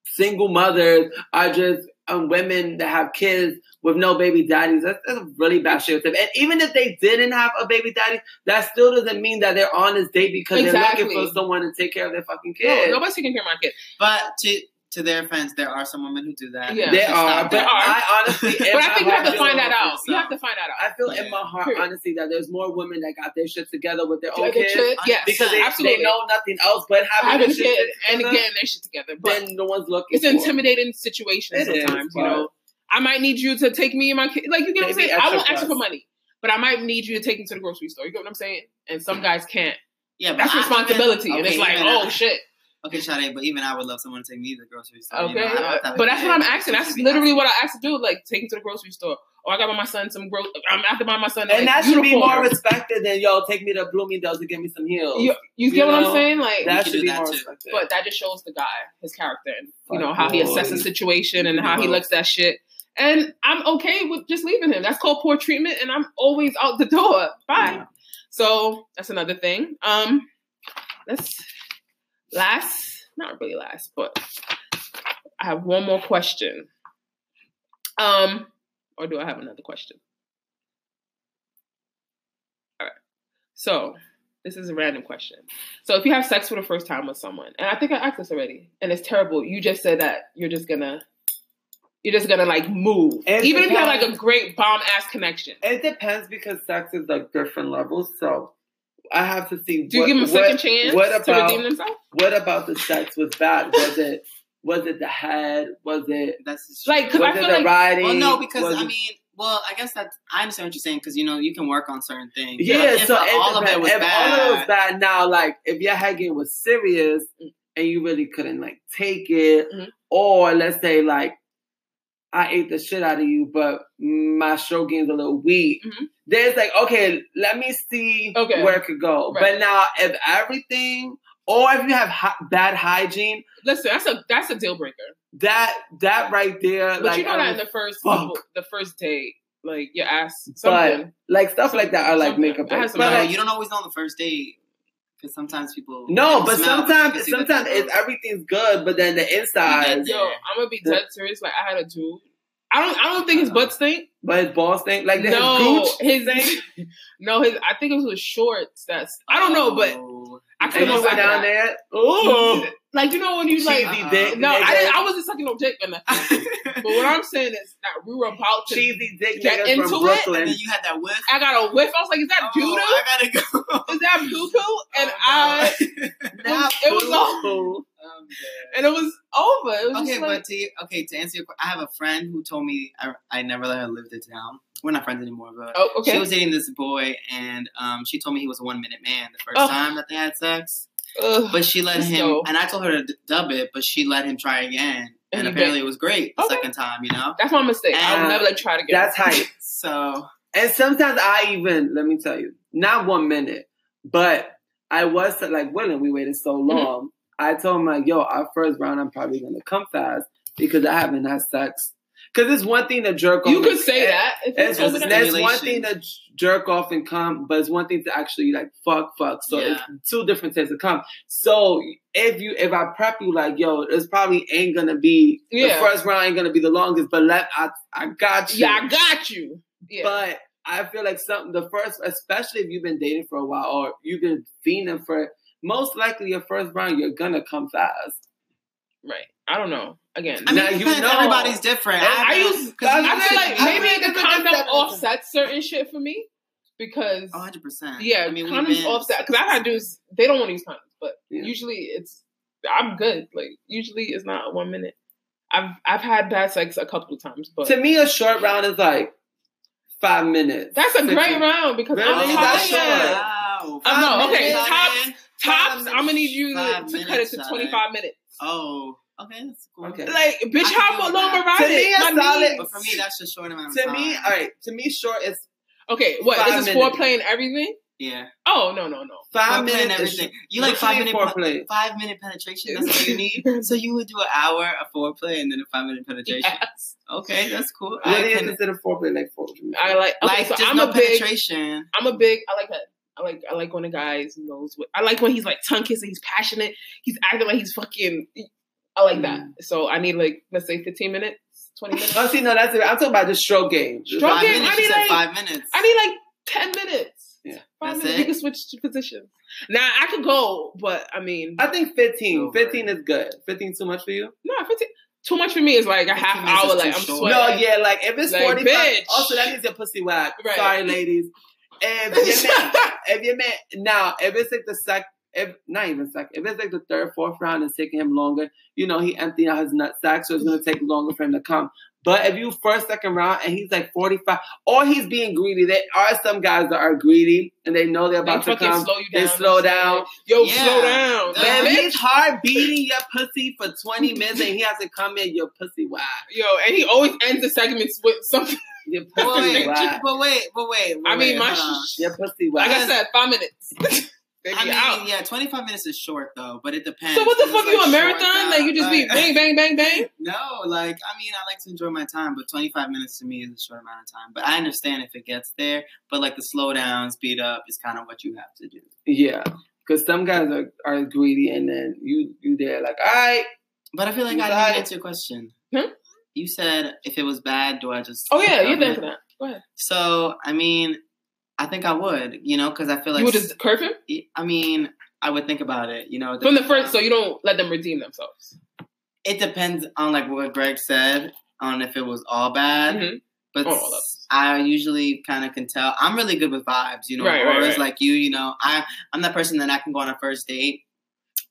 Speaker 3: single mothers are just um, women that have kids with no baby daddies. That's, that's a really bad stereotype. And even if they didn't have a baby daddy, that still doesn't mean that they're on this date because they're
Speaker 2: Exactly.
Speaker 3: looking for someone to take care of their fucking
Speaker 2: Just, no,
Speaker 3: kids.
Speaker 2: nobody's taking care of my kid.
Speaker 4: but to to their offense there are some women who do that
Speaker 2: Yeah.
Speaker 3: They
Speaker 4: Just
Speaker 3: are,
Speaker 4: stop
Speaker 3: but
Speaker 2: They
Speaker 4: that.
Speaker 2: are.
Speaker 3: I honestly, in
Speaker 2: But
Speaker 3: my
Speaker 2: I think you have
Speaker 3: heart,
Speaker 2: to
Speaker 3: feel
Speaker 2: find that
Speaker 3: for
Speaker 2: out. You
Speaker 3: yourself.
Speaker 2: have to find that out.
Speaker 3: I feel in my heart,
Speaker 2: Period.
Speaker 3: honestly, that there's more women that got their shit together with their
Speaker 2: Do I
Speaker 3: own
Speaker 2: get
Speaker 3: kids
Speaker 2: kids? Yes,
Speaker 3: because they,
Speaker 2: absolutely.
Speaker 3: they know nothing else but
Speaker 2: I
Speaker 3: having
Speaker 2: have a
Speaker 3: this shit
Speaker 2: kid and
Speaker 3: together,
Speaker 2: getting their shit together. But
Speaker 3: then no one's looking.
Speaker 2: it's an
Speaker 3: for it.
Speaker 2: intimidating situation
Speaker 3: It is,
Speaker 2: sometimes. you
Speaker 3: but-
Speaker 2: know, I might need you to take me and my kid. Like you get what I'm
Speaker 3: Maybe
Speaker 2: saying? I
Speaker 3: extra
Speaker 2: won't ask you for
Speaker 3: plus.
Speaker 2: money, but I might need you to take me to the grocery store. You get what I'm saying? And
Speaker 3: Mm-hmm.
Speaker 2: some guys can't.
Speaker 4: yeah but
Speaker 2: That's
Speaker 4: I even-
Speaker 2: responsibility, and it's
Speaker 4: okay,
Speaker 2: like,
Speaker 4: even I-
Speaker 2: oh shit.
Speaker 4: Okay, Sade, but even I would love someone to take me to the grocery store.
Speaker 2: Okay,
Speaker 4: you know, I don't have that
Speaker 2: but that's what I'm
Speaker 4: big-
Speaker 2: asking. That's
Speaker 4: should be
Speaker 2: literally
Speaker 4: asking.
Speaker 2: what I asked to do. Like, take him to the grocery store. Or I got my son some gro. I'm after buying my son. like,
Speaker 3: And that should be
Speaker 2: uniform.
Speaker 3: more respected than yo. Take me to Bloomingdale's to get me some heels.
Speaker 2: You, you get
Speaker 3: You
Speaker 2: what I'm
Speaker 3: know,
Speaker 2: saying? Like,
Speaker 3: that
Speaker 4: can
Speaker 3: should
Speaker 4: do
Speaker 3: be
Speaker 4: that
Speaker 3: more
Speaker 4: too.
Speaker 3: respected.
Speaker 2: but that just shows the guy his character and you know how he
Speaker 3: Fuck
Speaker 2: assesses
Speaker 3: boy.
Speaker 2: situation and how he looks at shit. And I'm okay with just leaving him. That's called poor treatment, and I'm always out the door. Bye.
Speaker 3: Yeah.
Speaker 2: So that's another thing. Um, let's last, not really last, but I have one more question. Um, or do I have another question? All right. So this is a random question. So if you have sex for the first time with someone, and I think I asked this already, and it's terrible. You just said that you're just gonna, you're just gonna like move,
Speaker 3: And
Speaker 2: even if you have like
Speaker 3: because-
Speaker 2: a great bomb ass connection.
Speaker 3: it depends because sex is like different levels. So I have to see.
Speaker 2: Do you
Speaker 3: what,
Speaker 2: give them a
Speaker 3: what-
Speaker 2: second chance
Speaker 3: What
Speaker 2: to
Speaker 3: about
Speaker 2: redeem themselves?
Speaker 3: what about the sex was bad? Was it was it the head? Was it
Speaker 4: That's just
Speaker 2: Like,
Speaker 3: was
Speaker 2: because I
Speaker 3: it
Speaker 2: feel
Speaker 3: the
Speaker 2: like
Speaker 3: riding?
Speaker 4: well, no, because
Speaker 3: Was
Speaker 4: I
Speaker 3: it-
Speaker 4: mean, well, I guess that's I understand what you're saying because you know you can work on certain things.
Speaker 3: Yeah,
Speaker 4: If
Speaker 3: so
Speaker 4: not all of it was
Speaker 3: if
Speaker 4: bad. Mm.
Speaker 3: all of it was bad now, like if your head game was serious and you really couldn't like take it,
Speaker 4: Mm-hmm.
Speaker 2: Mhm.
Speaker 3: or let's say like I ate the shit out of you, but my stroke game's a little weak.
Speaker 4: Mm-hmm.
Speaker 2: Mhm.
Speaker 3: There's like, okay, let me see
Speaker 2: Okay.
Speaker 3: where it could go.
Speaker 2: Right.
Speaker 3: But now if everything or if you have hi- bad hygiene,
Speaker 2: listen, that's a that's a deal breaker.
Speaker 3: that that right there,
Speaker 2: But
Speaker 3: like
Speaker 2: you know
Speaker 3: I'm-
Speaker 2: that in the first
Speaker 3: fuck.
Speaker 2: the first date, like your ass something.
Speaker 3: like stuff like that, I like
Speaker 2: Something.
Speaker 3: makeup.
Speaker 2: I had some
Speaker 3: but,
Speaker 4: No,
Speaker 3: like,
Speaker 4: you don't always know on the first date because sometimes people
Speaker 3: No, but
Speaker 4: smell, you can
Speaker 3: sometimes
Speaker 4: see that
Speaker 3: sometimes
Speaker 4: they-
Speaker 3: it's everything's good, but then the inside,
Speaker 4: Yeah.
Speaker 2: Yo, I'm gonna be dead serious. Like I had a dude. I don't. I don't think his butt stink.
Speaker 3: but his balls stink. Like his
Speaker 2: no,
Speaker 3: gooch
Speaker 2: his
Speaker 3: stink.
Speaker 2: no, his. I think it was his shorts. That's. I don't know, but
Speaker 4: Oh.
Speaker 2: I
Speaker 3: And
Speaker 2: couldn't
Speaker 3: you
Speaker 2: go
Speaker 3: go
Speaker 2: back
Speaker 3: down
Speaker 2: down there.
Speaker 3: there. Ooh,
Speaker 2: Like you know when you like.
Speaker 3: cheesy
Speaker 4: uh-uh.
Speaker 3: dick.
Speaker 2: No,
Speaker 3: nigga.
Speaker 2: I didn't. I wasn't sucking no dick or nothing. but what I'm saying is that we were about to.
Speaker 3: cheesy dick
Speaker 2: Get
Speaker 3: niggas
Speaker 2: into
Speaker 3: from
Speaker 2: it,
Speaker 4: and
Speaker 3: Brooklyn.
Speaker 4: then you had that whiff.
Speaker 2: I got a whiff. I was like, "Is that
Speaker 4: Oh,
Speaker 2: doo doo?
Speaker 4: I gotta go.
Speaker 2: Is that doo doo?" And
Speaker 4: Oh,
Speaker 2: I
Speaker 4: no.
Speaker 2: it was all-
Speaker 3: Ooh.
Speaker 4: Um,
Speaker 2: and it was over. It was
Speaker 4: Okay,
Speaker 2: just like,
Speaker 4: but to you, okay to answer your question, I have a friend who told me I, I never let her live this down. We're not friends anymore, but
Speaker 2: oh, okay.
Speaker 4: she was dating this boy, and um, she told me he was a one minute man the first
Speaker 2: Ugh.
Speaker 4: time that they had sex.
Speaker 2: Ugh.
Speaker 4: But she let
Speaker 2: Just
Speaker 4: him,
Speaker 2: go.
Speaker 4: and I told her to d- dub it, but she let him try again,
Speaker 2: And
Speaker 4: and
Speaker 2: he
Speaker 4: apparently it was great the
Speaker 2: Okay.
Speaker 4: second time, you know.
Speaker 2: That's my mistake. I'll
Speaker 3: And
Speaker 2: never like try it again.
Speaker 3: That's hype.
Speaker 4: So
Speaker 3: And sometimes I even, let me tell you, not one minute, but I was like, willing, we waited
Speaker 2: Mm-hmm.
Speaker 3: so long. I told him, like, yo, our first round, I'm probably going to come fast because I haven't had sex. Because it's one thing to jerk off.
Speaker 2: you could
Speaker 3: and-
Speaker 2: say that. If
Speaker 3: It's,
Speaker 2: you
Speaker 4: Because
Speaker 2: open
Speaker 4: it's
Speaker 2: up-
Speaker 3: that's one
Speaker 4: stimulation.
Speaker 3: thing to j- jerk off and come, but it's one thing to actually like fuck, fuck. So it's two different types of come. So if you if I prep you like yo, it's probably ain't gonna be
Speaker 2: Yeah.
Speaker 3: the first round ain't gonna be the longest, but let I I got you.
Speaker 2: yeah, I got you. Yeah.
Speaker 3: But I feel like something the first, especially if you've been dating for a while or you've been fiending for it, most likely your first round you're gonna come fast.
Speaker 2: right. I don't know. Again.
Speaker 4: I mean,
Speaker 3: Now
Speaker 4: it
Speaker 3: you
Speaker 4: depends.
Speaker 3: know.
Speaker 4: everybody's different.
Speaker 2: Oh, I, I use. I feel like
Speaker 3: I
Speaker 2: maybe
Speaker 3: really
Speaker 2: the
Speaker 3: think
Speaker 2: condom
Speaker 3: that's-
Speaker 2: offsets certain shit for me because
Speaker 4: 100 percent.
Speaker 2: yeah,
Speaker 4: Oh, I mean, we've
Speaker 2: condoms
Speaker 4: been-
Speaker 2: offset because I've had dudes they don't want to use condoms, but
Speaker 3: Yeah.
Speaker 2: usually it's I'm good. Like usually it's not one minute. I've I've had bad sex a couple of times, but
Speaker 3: To me, a short round is like five minutes.
Speaker 2: that's a
Speaker 3: six
Speaker 2: great
Speaker 3: minutes.
Speaker 2: round because
Speaker 3: Really?
Speaker 2: I'm
Speaker 3: That's
Speaker 2: tired.
Speaker 3: short.
Speaker 4: Wow.
Speaker 2: I know,
Speaker 4: Five
Speaker 2: okay,
Speaker 4: minutes,
Speaker 2: top-
Speaker 4: honey.
Speaker 2: Tops, I'm gonna need you
Speaker 4: Five
Speaker 2: to, to cut it
Speaker 4: minutes,
Speaker 2: to
Speaker 4: Shadi.
Speaker 2: 25 minutes.
Speaker 4: Oh, okay, that's cool.
Speaker 3: Okay.
Speaker 2: Like, bitch,
Speaker 4: I
Speaker 2: how long
Speaker 4: can do
Speaker 2: am
Speaker 4: that.
Speaker 2: I
Speaker 3: To me,
Speaker 2: riding?
Speaker 3: a
Speaker 2: My
Speaker 3: solid-
Speaker 2: knees-
Speaker 4: But for me, that's just short amount of
Speaker 3: To
Speaker 4: time.
Speaker 3: me, all right. To me, short is
Speaker 2: Okay, what?
Speaker 3: Five
Speaker 2: This is
Speaker 3: minutes.
Speaker 2: foreplay and everything?
Speaker 4: yeah,
Speaker 2: Oh no no no.
Speaker 3: five
Speaker 4: five minute
Speaker 3: minutes. is
Speaker 4: everything. You
Speaker 3: What
Speaker 4: like five minute pe-
Speaker 3: foreplay.
Speaker 4: five minute penetration. That's what you need. So you would do an hour of foreplay and then a five minute penetration.
Speaker 2: Yes.
Speaker 4: Okay, that's cool.
Speaker 3: What
Speaker 4: I
Speaker 3: do you
Speaker 4: can-
Speaker 3: consider foreplay like foreplay?
Speaker 2: I like okay,
Speaker 4: like
Speaker 2: so
Speaker 4: just
Speaker 2: I'm
Speaker 4: no
Speaker 2: a big
Speaker 4: penetration.
Speaker 2: I'm a big. I like that. I like. I like when a guy knows what. I like when he's like tongue kissing. He's passionate. He's acting like he's fucking. I like that.
Speaker 4: Mm.
Speaker 2: So I need like let's say fifteen minutes, twenty minutes.
Speaker 3: Oh, see, no, that's it. I'm talking about the stroke game.
Speaker 2: Stroke
Speaker 4: five
Speaker 2: game,
Speaker 4: minutes.
Speaker 2: I
Speaker 4: she
Speaker 2: mean,
Speaker 4: said
Speaker 2: like-
Speaker 4: five minutes.
Speaker 2: I need like ten minutes.
Speaker 3: Yeah.
Speaker 2: Five
Speaker 4: That's
Speaker 2: minutes.
Speaker 4: it?
Speaker 2: You can switch to positions. Now I could go, but I mean,
Speaker 3: I think 15.
Speaker 4: Over.
Speaker 3: 15 is good. 15 too much for you?
Speaker 2: no, fifteen. Too much for me is like a
Speaker 4: 15
Speaker 2: half
Speaker 4: minutes is
Speaker 2: hour.
Speaker 4: too
Speaker 2: Like I'm
Speaker 4: short.
Speaker 2: sweating.
Speaker 3: No, yeah, like if it's
Speaker 2: Like,
Speaker 3: 45.
Speaker 2: bitch.
Speaker 3: Also, that means your pussy whack.
Speaker 2: Right.
Speaker 3: Sorry, ladies. If your man, if your man, now, if it's like the sec, if not even sec, if it's like the third, fourth round, it's taking him longer. You know, he emptying out his nut sack, so it's gonna take longer for him to come. But if you first, second round, and he's like 45, or he's being greedy, there are some guys that are greedy and they know they're
Speaker 2: They
Speaker 3: about to
Speaker 2: fucking
Speaker 3: come.
Speaker 2: slow you
Speaker 3: They
Speaker 2: down.
Speaker 3: slow down.
Speaker 2: Yo,
Speaker 4: Yeah.
Speaker 2: slow down.
Speaker 4: Uh,
Speaker 3: Man,
Speaker 2: Like,
Speaker 3: if
Speaker 2: bitch,
Speaker 3: he's hard beating your pussy for 20 minutes and he has to come in your pussy wide.
Speaker 2: yo, and he always ends the segments with something.
Speaker 3: Your
Speaker 4: But
Speaker 3: pussy
Speaker 4: wait,
Speaker 3: wide.
Speaker 4: but wait, but wait. but
Speaker 2: I mean,
Speaker 4: wait,
Speaker 2: my
Speaker 4: hold on.
Speaker 2: sh-
Speaker 3: Your pussy wide.
Speaker 2: Like I said, five minutes. They be
Speaker 4: I mean,
Speaker 2: out.
Speaker 4: yeah, twenty five minutes is short though, but it depends.
Speaker 2: So what the
Speaker 4: It's
Speaker 2: fuck?
Speaker 4: like
Speaker 2: You a
Speaker 4: short,
Speaker 2: marathon?
Speaker 4: uh,
Speaker 2: Like you just be bang, bang, bang, bang.
Speaker 4: No, like I mean, I like to enjoy my time, but 25 minutes to me is a short amount of time. But I understand if it gets there, but like the slow down, speed up is kind of what you have to do.
Speaker 3: yeah. Because some guys are, are greedy and then you you there like, all right.
Speaker 4: But I feel like
Speaker 3: You
Speaker 4: I
Speaker 3: got
Speaker 4: didn't
Speaker 3: it.
Speaker 4: answer your question.
Speaker 2: Hmm?
Speaker 4: You said if it was bad, do I just?
Speaker 2: Oh yeah, you're
Speaker 4: stop
Speaker 2: there
Speaker 4: it?
Speaker 2: for that. Go ahead.
Speaker 4: So I mean, I think I would, you know, because I feel like
Speaker 2: you would just curve him
Speaker 4: I mean, I would think about it, you know. it
Speaker 2: from the
Speaker 4: depends
Speaker 2: first, so you don't let them redeem themselves.
Speaker 4: it depends on like what Greg said on if it was all bad,
Speaker 2: Mhm.
Speaker 4: but
Speaker 2: Or all of us.
Speaker 4: I usually kind of can tell. I'm really good with vibes, you know.
Speaker 2: Right, right,
Speaker 4: or it's
Speaker 2: right.
Speaker 4: like you, you know. I I'm that person that I can go on a first date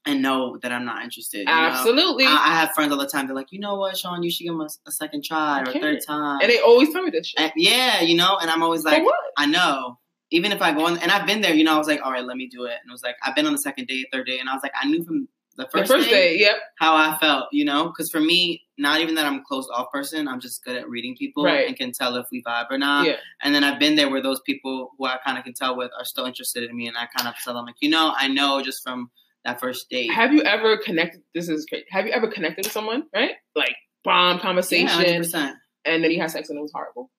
Speaker 4: and know that I'm not interested. You Know?
Speaker 2: Absolutely.
Speaker 4: I, I have friends all the time. They're like, you know what, Sean, you should give him a, a second try or
Speaker 2: Okay.
Speaker 4: a third time.
Speaker 2: and they always tell me this shit.
Speaker 4: And- yeah, you know. And I'm always
Speaker 2: Like,
Speaker 4: like,
Speaker 2: what?
Speaker 4: I know. Even if I go on, and I've been there, you know, I was like, all right, let me do it. And it was like, I've been on the second day, third day, and I was like, I knew from the
Speaker 2: The
Speaker 4: first,
Speaker 2: first day, yep.
Speaker 4: how I felt, you know, because for me, not even that I'm a closed off person, I'm just good at reading people
Speaker 2: Right.
Speaker 4: and can tell if we vibe or not.
Speaker 2: Yeah.
Speaker 4: And then I've been there where those people who I kind of can tell with are still interested in me, and I kind of tell them like, you know, I know just from that first date.
Speaker 2: Have you ever connected? This is great. Have you ever connected with someone, right? Like bomb
Speaker 4: Yeah,
Speaker 2: conversation,
Speaker 4: 100%.
Speaker 2: and then you had sex and it was horrible,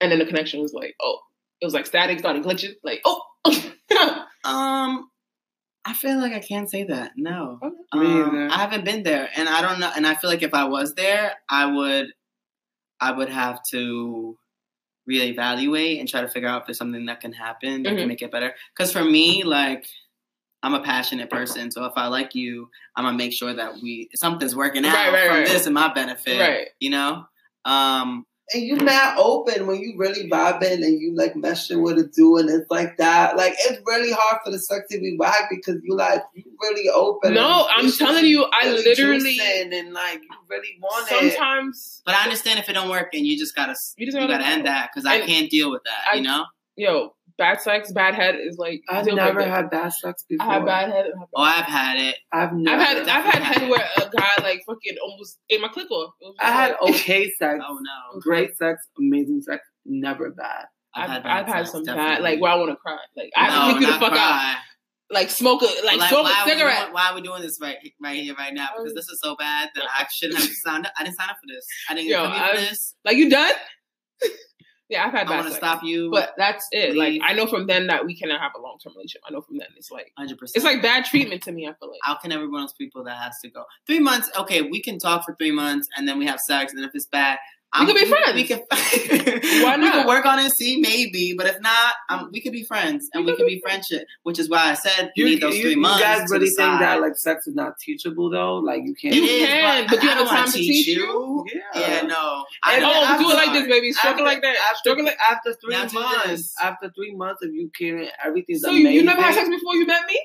Speaker 2: and then the connection was like, oh, it was like static, started glitching, like, oh.
Speaker 4: Um, I feel like I can't say that. No.
Speaker 2: Okay.
Speaker 3: Me
Speaker 4: Um,
Speaker 3: either.
Speaker 4: I haven't been there, and I don't know. And I feel like if I was there, I would, I would have to reevaluate and try to figure out if there's something that can happen that
Speaker 2: Mhm.
Speaker 4: can make it better. Because for me, like, I'm a passionate person, so if I like you, I'm gonna make sure that we something's working out
Speaker 2: Right, right,
Speaker 4: from
Speaker 2: right.
Speaker 4: this and my benefit,
Speaker 2: Right.
Speaker 4: You know. Um,
Speaker 3: and you not open when you really vibing and you like meshing with a dude and it's like that. Like it's really hard for the sex to be whack because you like you really open.
Speaker 2: No, I'm telling you, I
Speaker 3: really
Speaker 2: literally
Speaker 3: juicing and like you really want it.
Speaker 2: sometimes
Speaker 4: But I understand if it don't work, and you just gotta
Speaker 2: you just
Speaker 4: you
Speaker 2: gotta
Speaker 4: gotta end that because I
Speaker 2: And
Speaker 4: can't deal with that.
Speaker 2: I-
Speaker 4: you know.
Speaker 2: Yo, bad sex, bad head is like
Speaker 3: I've
Speaker 2: deal
Speaker 3: never
Speaker 2: breaker.
Speaker 3: had bad sex before.
Speaker 2: I had bad head. and I had
Speaker 4: Oh, I've had it.
Speaker 3: I've never.
Speaker 2: I've had
Speaker 4: I've
Speaker 2: I've had
Speaker 4: had
Speaker 2: head
Speaker 4: it.
Speaker 2: where a guy like fucking almost ate my click off. It was
Speaker 3: I had
Speaker 2: like-
Speaker 3: okay sex,
Speaker 4: Oh no.
Speaker 3: great sex, amazing sex, never bad.
Speaker 2: I've, I've,
Speaker 4: bad
Speaker 2: had
Speaker 4: sex,
Speaker 2: some bad
Speaker 4: definitely.
Speaker 2: like where I want to cry. Like I
Speaker 4: no,
Speaker 2: have to freak you the
Speaker 4: not
Speaker 2: fuck out.
Speaker 4: cry.
Speaker 2: Like smoke a like, smoke
Speaker 4: why,
Speaker 2: a cigarette.
Speaker 4: Are we, why are we doing this right right here, right now? Because this is so bad that I shouldn't have signed up. I didn't sign up for this. I didn't
Speaker 2: Yo,
Speaker 4: come here
Speaker 2: I-
Speaker 4: for this.
Speaker 2: Like you done? yeah, I've had
Speaker 4: I
Speaker 2: bad
Speaker 4: want to
Speaker 2: sex.
Speaker 4: stop you.
Speaker 2: But that's it. Like
Speaker 4: Leave.
Speaker 2: I know from then that we cannot have a long term relationship. I know from then it's like
Speaker 4: hundred percent.
Speaker 2: it's like bad treatment to me. I feel like
Speaker 4: How can everyone else people that has to go three months? Okay, we can talk for three months and then we have sex. And if it's bad,
Speaker 2: We could be friends.
Speaker 4: We can.
Speaker 2: Why
Speaker 4: We
Speaker 2: not?
Speaker 4: could work on it, see maybe. But if not, um, we could be friends and we, could be friendship, which is why I said you, need those three months.
Speaker 3: guys
Speaker 4: to
Speaker 3: really think
Speaker 4: decide.
Speaker 3: that like sex is not teachable though? Like you can't.
Speaker 2: You
Speaker 4: It is,
Speaker 2: can, but you
Speaker 4: I
Speaker 2: have the
Speaker 4: don't wanna
Speaker 2: time to teach you?
Speaker 3: yeah.
Speaker 4: Yeah, no.
Speaker 3: And
Speaker 4: Uh, know.
Speaker 3: then
Speaker 2: oh, do it like
Speaker 3: after-
Speaker 2: this, baby. Stroke it
Speaker 3: After-
Speaker 2: like that.
Speaker 3: After,
Speaker 2: Stroke it like.
Speaker 3: after three
Speaker 4: Now do
Speaker 3: months,
Speaker 4: this.
Speaker 3: after three months, if you can, everything's
Speaker 2: So you,
Speaker 3: amazing.
Speaker 2: you never had sex before you met me?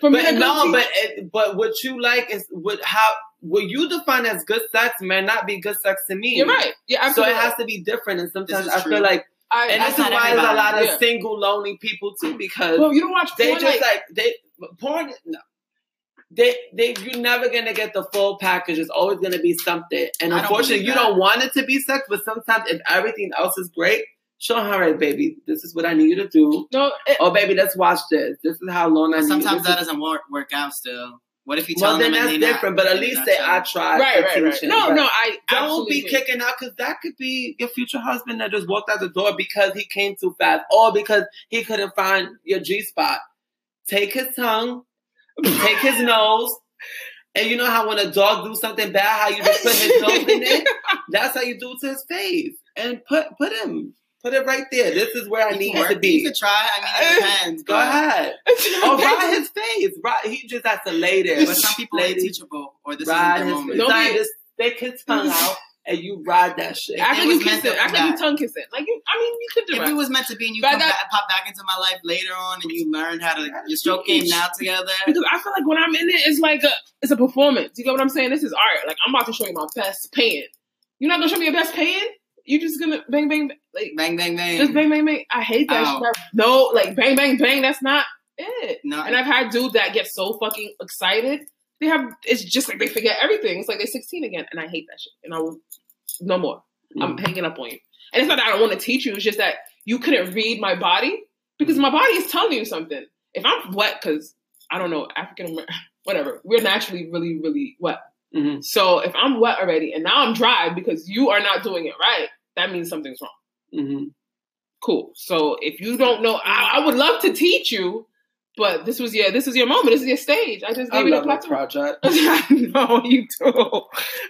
Speaker 2: From
Speaker 3: But no, but it, but what you like is what how what you define as good sex may not be good sex to me.
Speaker 2: you're right. Yeah,
Speaker 3: So
Speaker 2: absolutely.
Speaker 3: it has to be different, and sometimes
Speaker 4: is
Speaker 3: I
Speaker 4: true.
Speaker 3: feel like,
Speaker 2: I,
Speaker 3: and
Speaker 4: that's
Speaker 3: this is
Speaker 4: not
Speaker 3: why there's a lot of
Speaker 2: everybody.
Speaker 3: single, lonely people too, because
Speaker 2: Bro, you don't watch
Speaker 3: they
Speaker 2: porn.
Speaker 3: just
Speaker 2: like,
Speaker 3: like, they porn. No. They, they, you're never gonna get the full package. It's always gonna be something, and
Speaker 4: I don't
Speaker 3: unfortunately,
Speaker 4: believe
Speaker 3: you
Speaker 4: that.
Speaker 3: don't want it to be sex. But sometimes, if everything else is great, show her, all right, baby, this is what I need you to do.
Speaker 2: no, it,
Speaker 3: Oh, baby, let's watch this. This is how long I
Speaker 4: But
Speaker 3: need.
Speaker 4: sometimes
Speaker 3: this
Speaker 4: that
Speaker 3: is-
Speaker 4: doesn't work, work out still. What if you tell
Speaker 3: well,
Speaker 4: them
Speaker 3: then
Speaker 4: and
Speaker 3: that's
Speaker 4: they
Speaker 3: different.
Speaker 4: not,
Speaker 3: but at
Speaker 4: they
Speaker 3: least
Speaker 4: not
Speaker 3: say
Speaker 4: tell
Speaker 3: I
Speaker 4: you?
Speaker 3: tried.
Speaker 2: right,
Speaker 3: for
Speaker 2: right, right.
Speaker 3: teaching,
Speaker 2: No,
Speaker 3: but
Speaker 2: no, I
Speaker 3: Don't
Speaker 2: absolutely
Speaker 3: be
Speaker 2: agree.
Speaker 3: kicking out because that could be your future husband that just walked out the door because he came too fast or because he couldn't find your G spot. Take his tongue, take his nose, and you know how when a dog do something bad, how you just put his nose in it. That's how you do it to his face, and put put him, put it right there. This is where I
Speaker 4: You
Speaker 3: need
Speaker 4: can
Speaker 3: it to
Speaker 4: work- You
Speaker 3: be.
Speaker 4: could try. I mean, it depends.
Speaker 3: Go
Speaker 4: but-
Speaker 3: ahead. Oh, ride his face. Ride, he just has to lay there.
Speaker 4: But some people are
Speaker 3: Lady,
Speaker 4: teachable, or this
Speaker 3: ride
Speaker 4: isn't
Speaker 3: his face.
Speaker 4: their moment.
Speaker 2: No, Don't
Speaker 3: Like,
Speaker 2: be-
Speaker 3: just stick his tongue out and you ride that shit.
Speaker 2: Act
Speaker 4: It
Speaker 2: like you
Speaker 4: was meant
Speaker 2: kissing.
Speaker 4: to
Speaker 2: Act
Speaker 4: be
Speaker 2: like you
Speaker 4: that.
Speaker 2: tongue kissing. Like you, I mean, you could do
Speaker 4: If it
Speaker 2: that.
Speaker 4: was meant to be, and you
Speaker 2: But
Speaker 4: come
Speaker 2: that-
Speaker 4: back, pop back into my life later on, and you learned how to your stroke game now together.
Speaker 2: Because I feel like when I'm in it, it's like a, it's a performance. You get what I'm saying? This is art. Like I'm about to show you my best pan. You're not gonna show me your best pan. You're just gonna bang, bang, bang. like
Speaker 4: Bang bang bang.
Speaker 2: just bang, bang, bang. I hate that.
Speaker 4: Ow.
Speaker 2: shit. No, like bang, bang, bang. That's not it.
Speaker 4: No,
Speaker 2: And I've had dudes that get so fucking excited. They have it's just like they forget everything. It's like they're 16 again, and I hate that shit. And I will no more. I'm hanging up on you. And it's not that I don't want to teach you. It's just that you couldn't read my body because my body is telling you something. If I'm wet, because I don't know African American, whatever, we're naturally really really wet.
Speaker 3: Mhm.
Speaker 2: So if I'm wet already, and now I'm dry because you are not doing it right, that means something's wrong
Speaker 3: Mhm.
Speaker 2: cool. So if you don't know, I, I would love to teach you, but this was your this is your moment. This is your stage. I just
Speaker 3: I
Speaker 2: gave you the
Speaker 3: love that
Speaker 2: platform.
Speaker 3: project.
Speaker 2: I know you do.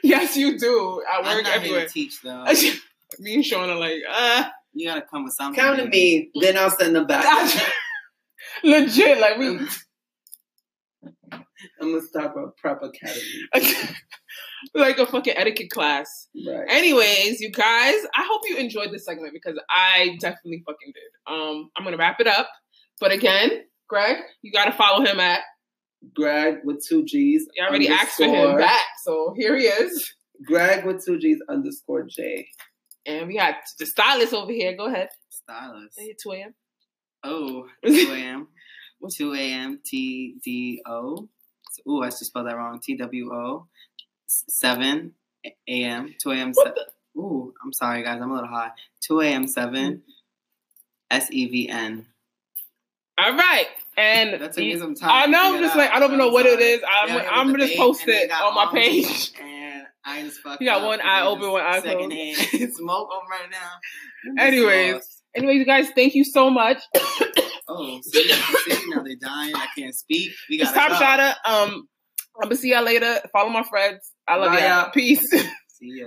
Speaker 2: Yes, you do. I
Speaker 4: I'm
Speaker 2: work
Speaker 4: not here
Speaker 2: everywhere.
Speaker 4: to teach though.
Speaker 2: Me and Sean are like, uh,
Speaker 4: You gotta come with something.
Speaker 3: Count to me, then I'll send them back.
Speaker 2: uh, legit. Like we,
Speaker 3: I'm gonna start a prep academy.
Speaker 2: like a fucking etiquette class.
Speaker 3: Right.
Speaker 2: Anyways, you guys, I hope you enjoyed this segment because I definitely fucking did. Um, I'm gonna wrap it up. But again, Greg, you gotta follow him at.
Speaker 3: Greg with two G's.
Speaker 2: You already asked for him
Speaker 3: underscore-
Speaker 2: back, so here he is.
Speaker 3: Greg with two G's underscore J.
Speaker 2: And we got the stylist over here. Go ahead.
Speaker 4: Stylist.
Speaker 2: Say it to him.
Speaker 4: Oh, 2 a.m. 2 a.m. T D O. Ooh, I just spelled that wrong. T W O. 7 a.m. 2 a.m.
Speaker 2: What the?
Speaker 4: Ooh, I'm sorry, guys. I'm a little high. 2 a.m. 7. S E V N.
Speaker 2: All right. And
Speaker 4: That took me some time.
Speaker 2: I
Speaker 4: to
Speaker 2: know. I'm
Speaker 4: figure it
Speaker 2: just like
Speaker 4: out,
Speaker 2: I don't
Speaker 4: so
Speaker 2: even know what it
Speaker 4: sorry.
Speaker 2: is. I'm
Speaker 4: Yeah, it was
Speaker 2: I'm
Speaker 4: the
Speaker 2: just
Speaker 4: vape,
Speaker 2: post
Speaker 4: and then
Speaker 2: it
Speaker 4: got
Speaker 2: on my
Speaker 4: all-
Speaker 2: page.
Speaker 4: And I just fucked
Speaker 2: You got
Speaker 4: up
Speaker 2: one
Speaker 4: because
Speaker 2: eye
Speaker 4: it was
Speaker 2: open, one eye
Speaker 4: secondhand Smoke on right now.
Speaker 2: Anyways. Anyways, you guys, thank you so much.
Speaker 4: Oh, see, see, now they're dying. I can't speak. We
Speaker 2: It's
Speaker 4: got
Speaker 2: Top Shotta. Um, I'm gonna see y'all later. Follow my friends. I love
Speaker 3: Bye,
Speaker 2: y'all.
Speaker 3: y'all.
Speaker 2: Peace.
Speaker 4: See ya.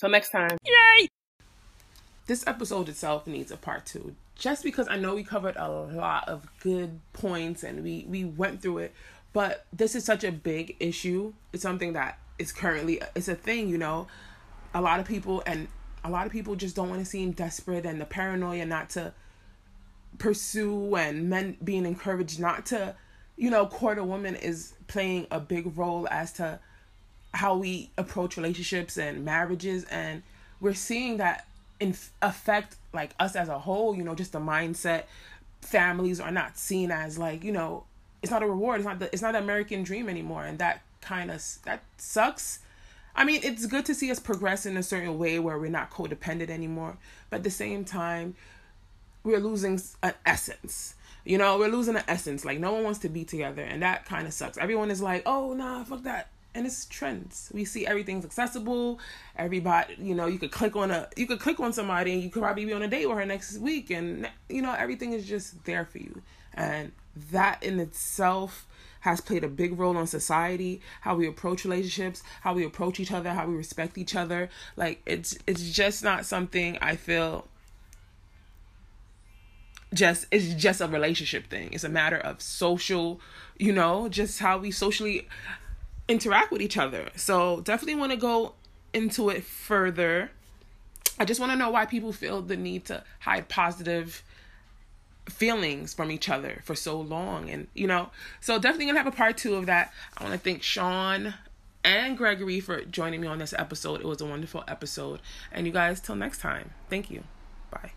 Speaker 2: Till next time. Yay! This episode itself needs a part two. Just because I know we covered a lot of good points and we, we went through it, but this is such a big issue. It's something that is currently it's a thing, you know. A lot of people and a lot of people just don't want to seem desperate and the paranoia not to pursue and men being encouraged not to you know court a woman is playing a big role as to how we approach relationships and marriages and we're seeing that in affect like us as a whole you know just the mindset families are not seen as like you know it's not a reward it's not the it's not the american dream anymore and that kind of that sucks I mean, it's good to see us progress in a certain way where we're not codependent anymore, but at the same time, we're losing an essence. You know, we're losing an essence. Like, no one wants to be together, and that kind of sucks. Everyone is like, oh, nah, fuck that. And it's trends. We see everything's accessible. Everybody, you know, you could click on a, you could click on somebody, and you could probably be on a date with her next week, and you know, everything is just there for you. And that in itself, has played a big role on society, how we approach relationships, how we approach each other, how we respect each other. Like it's it's just not something I feel just it's just a relationship thing. It's a matter of social, you know, just how we socially interact with each other. So definitely want to go into it further. I just want to know why people feel the need to hide positive feelings from each other for so long and you know so definitely gonna have a part two of that i want to thank sean and gregory for joining me on this episode it was a wonderful episode and you guys till next time thank you bye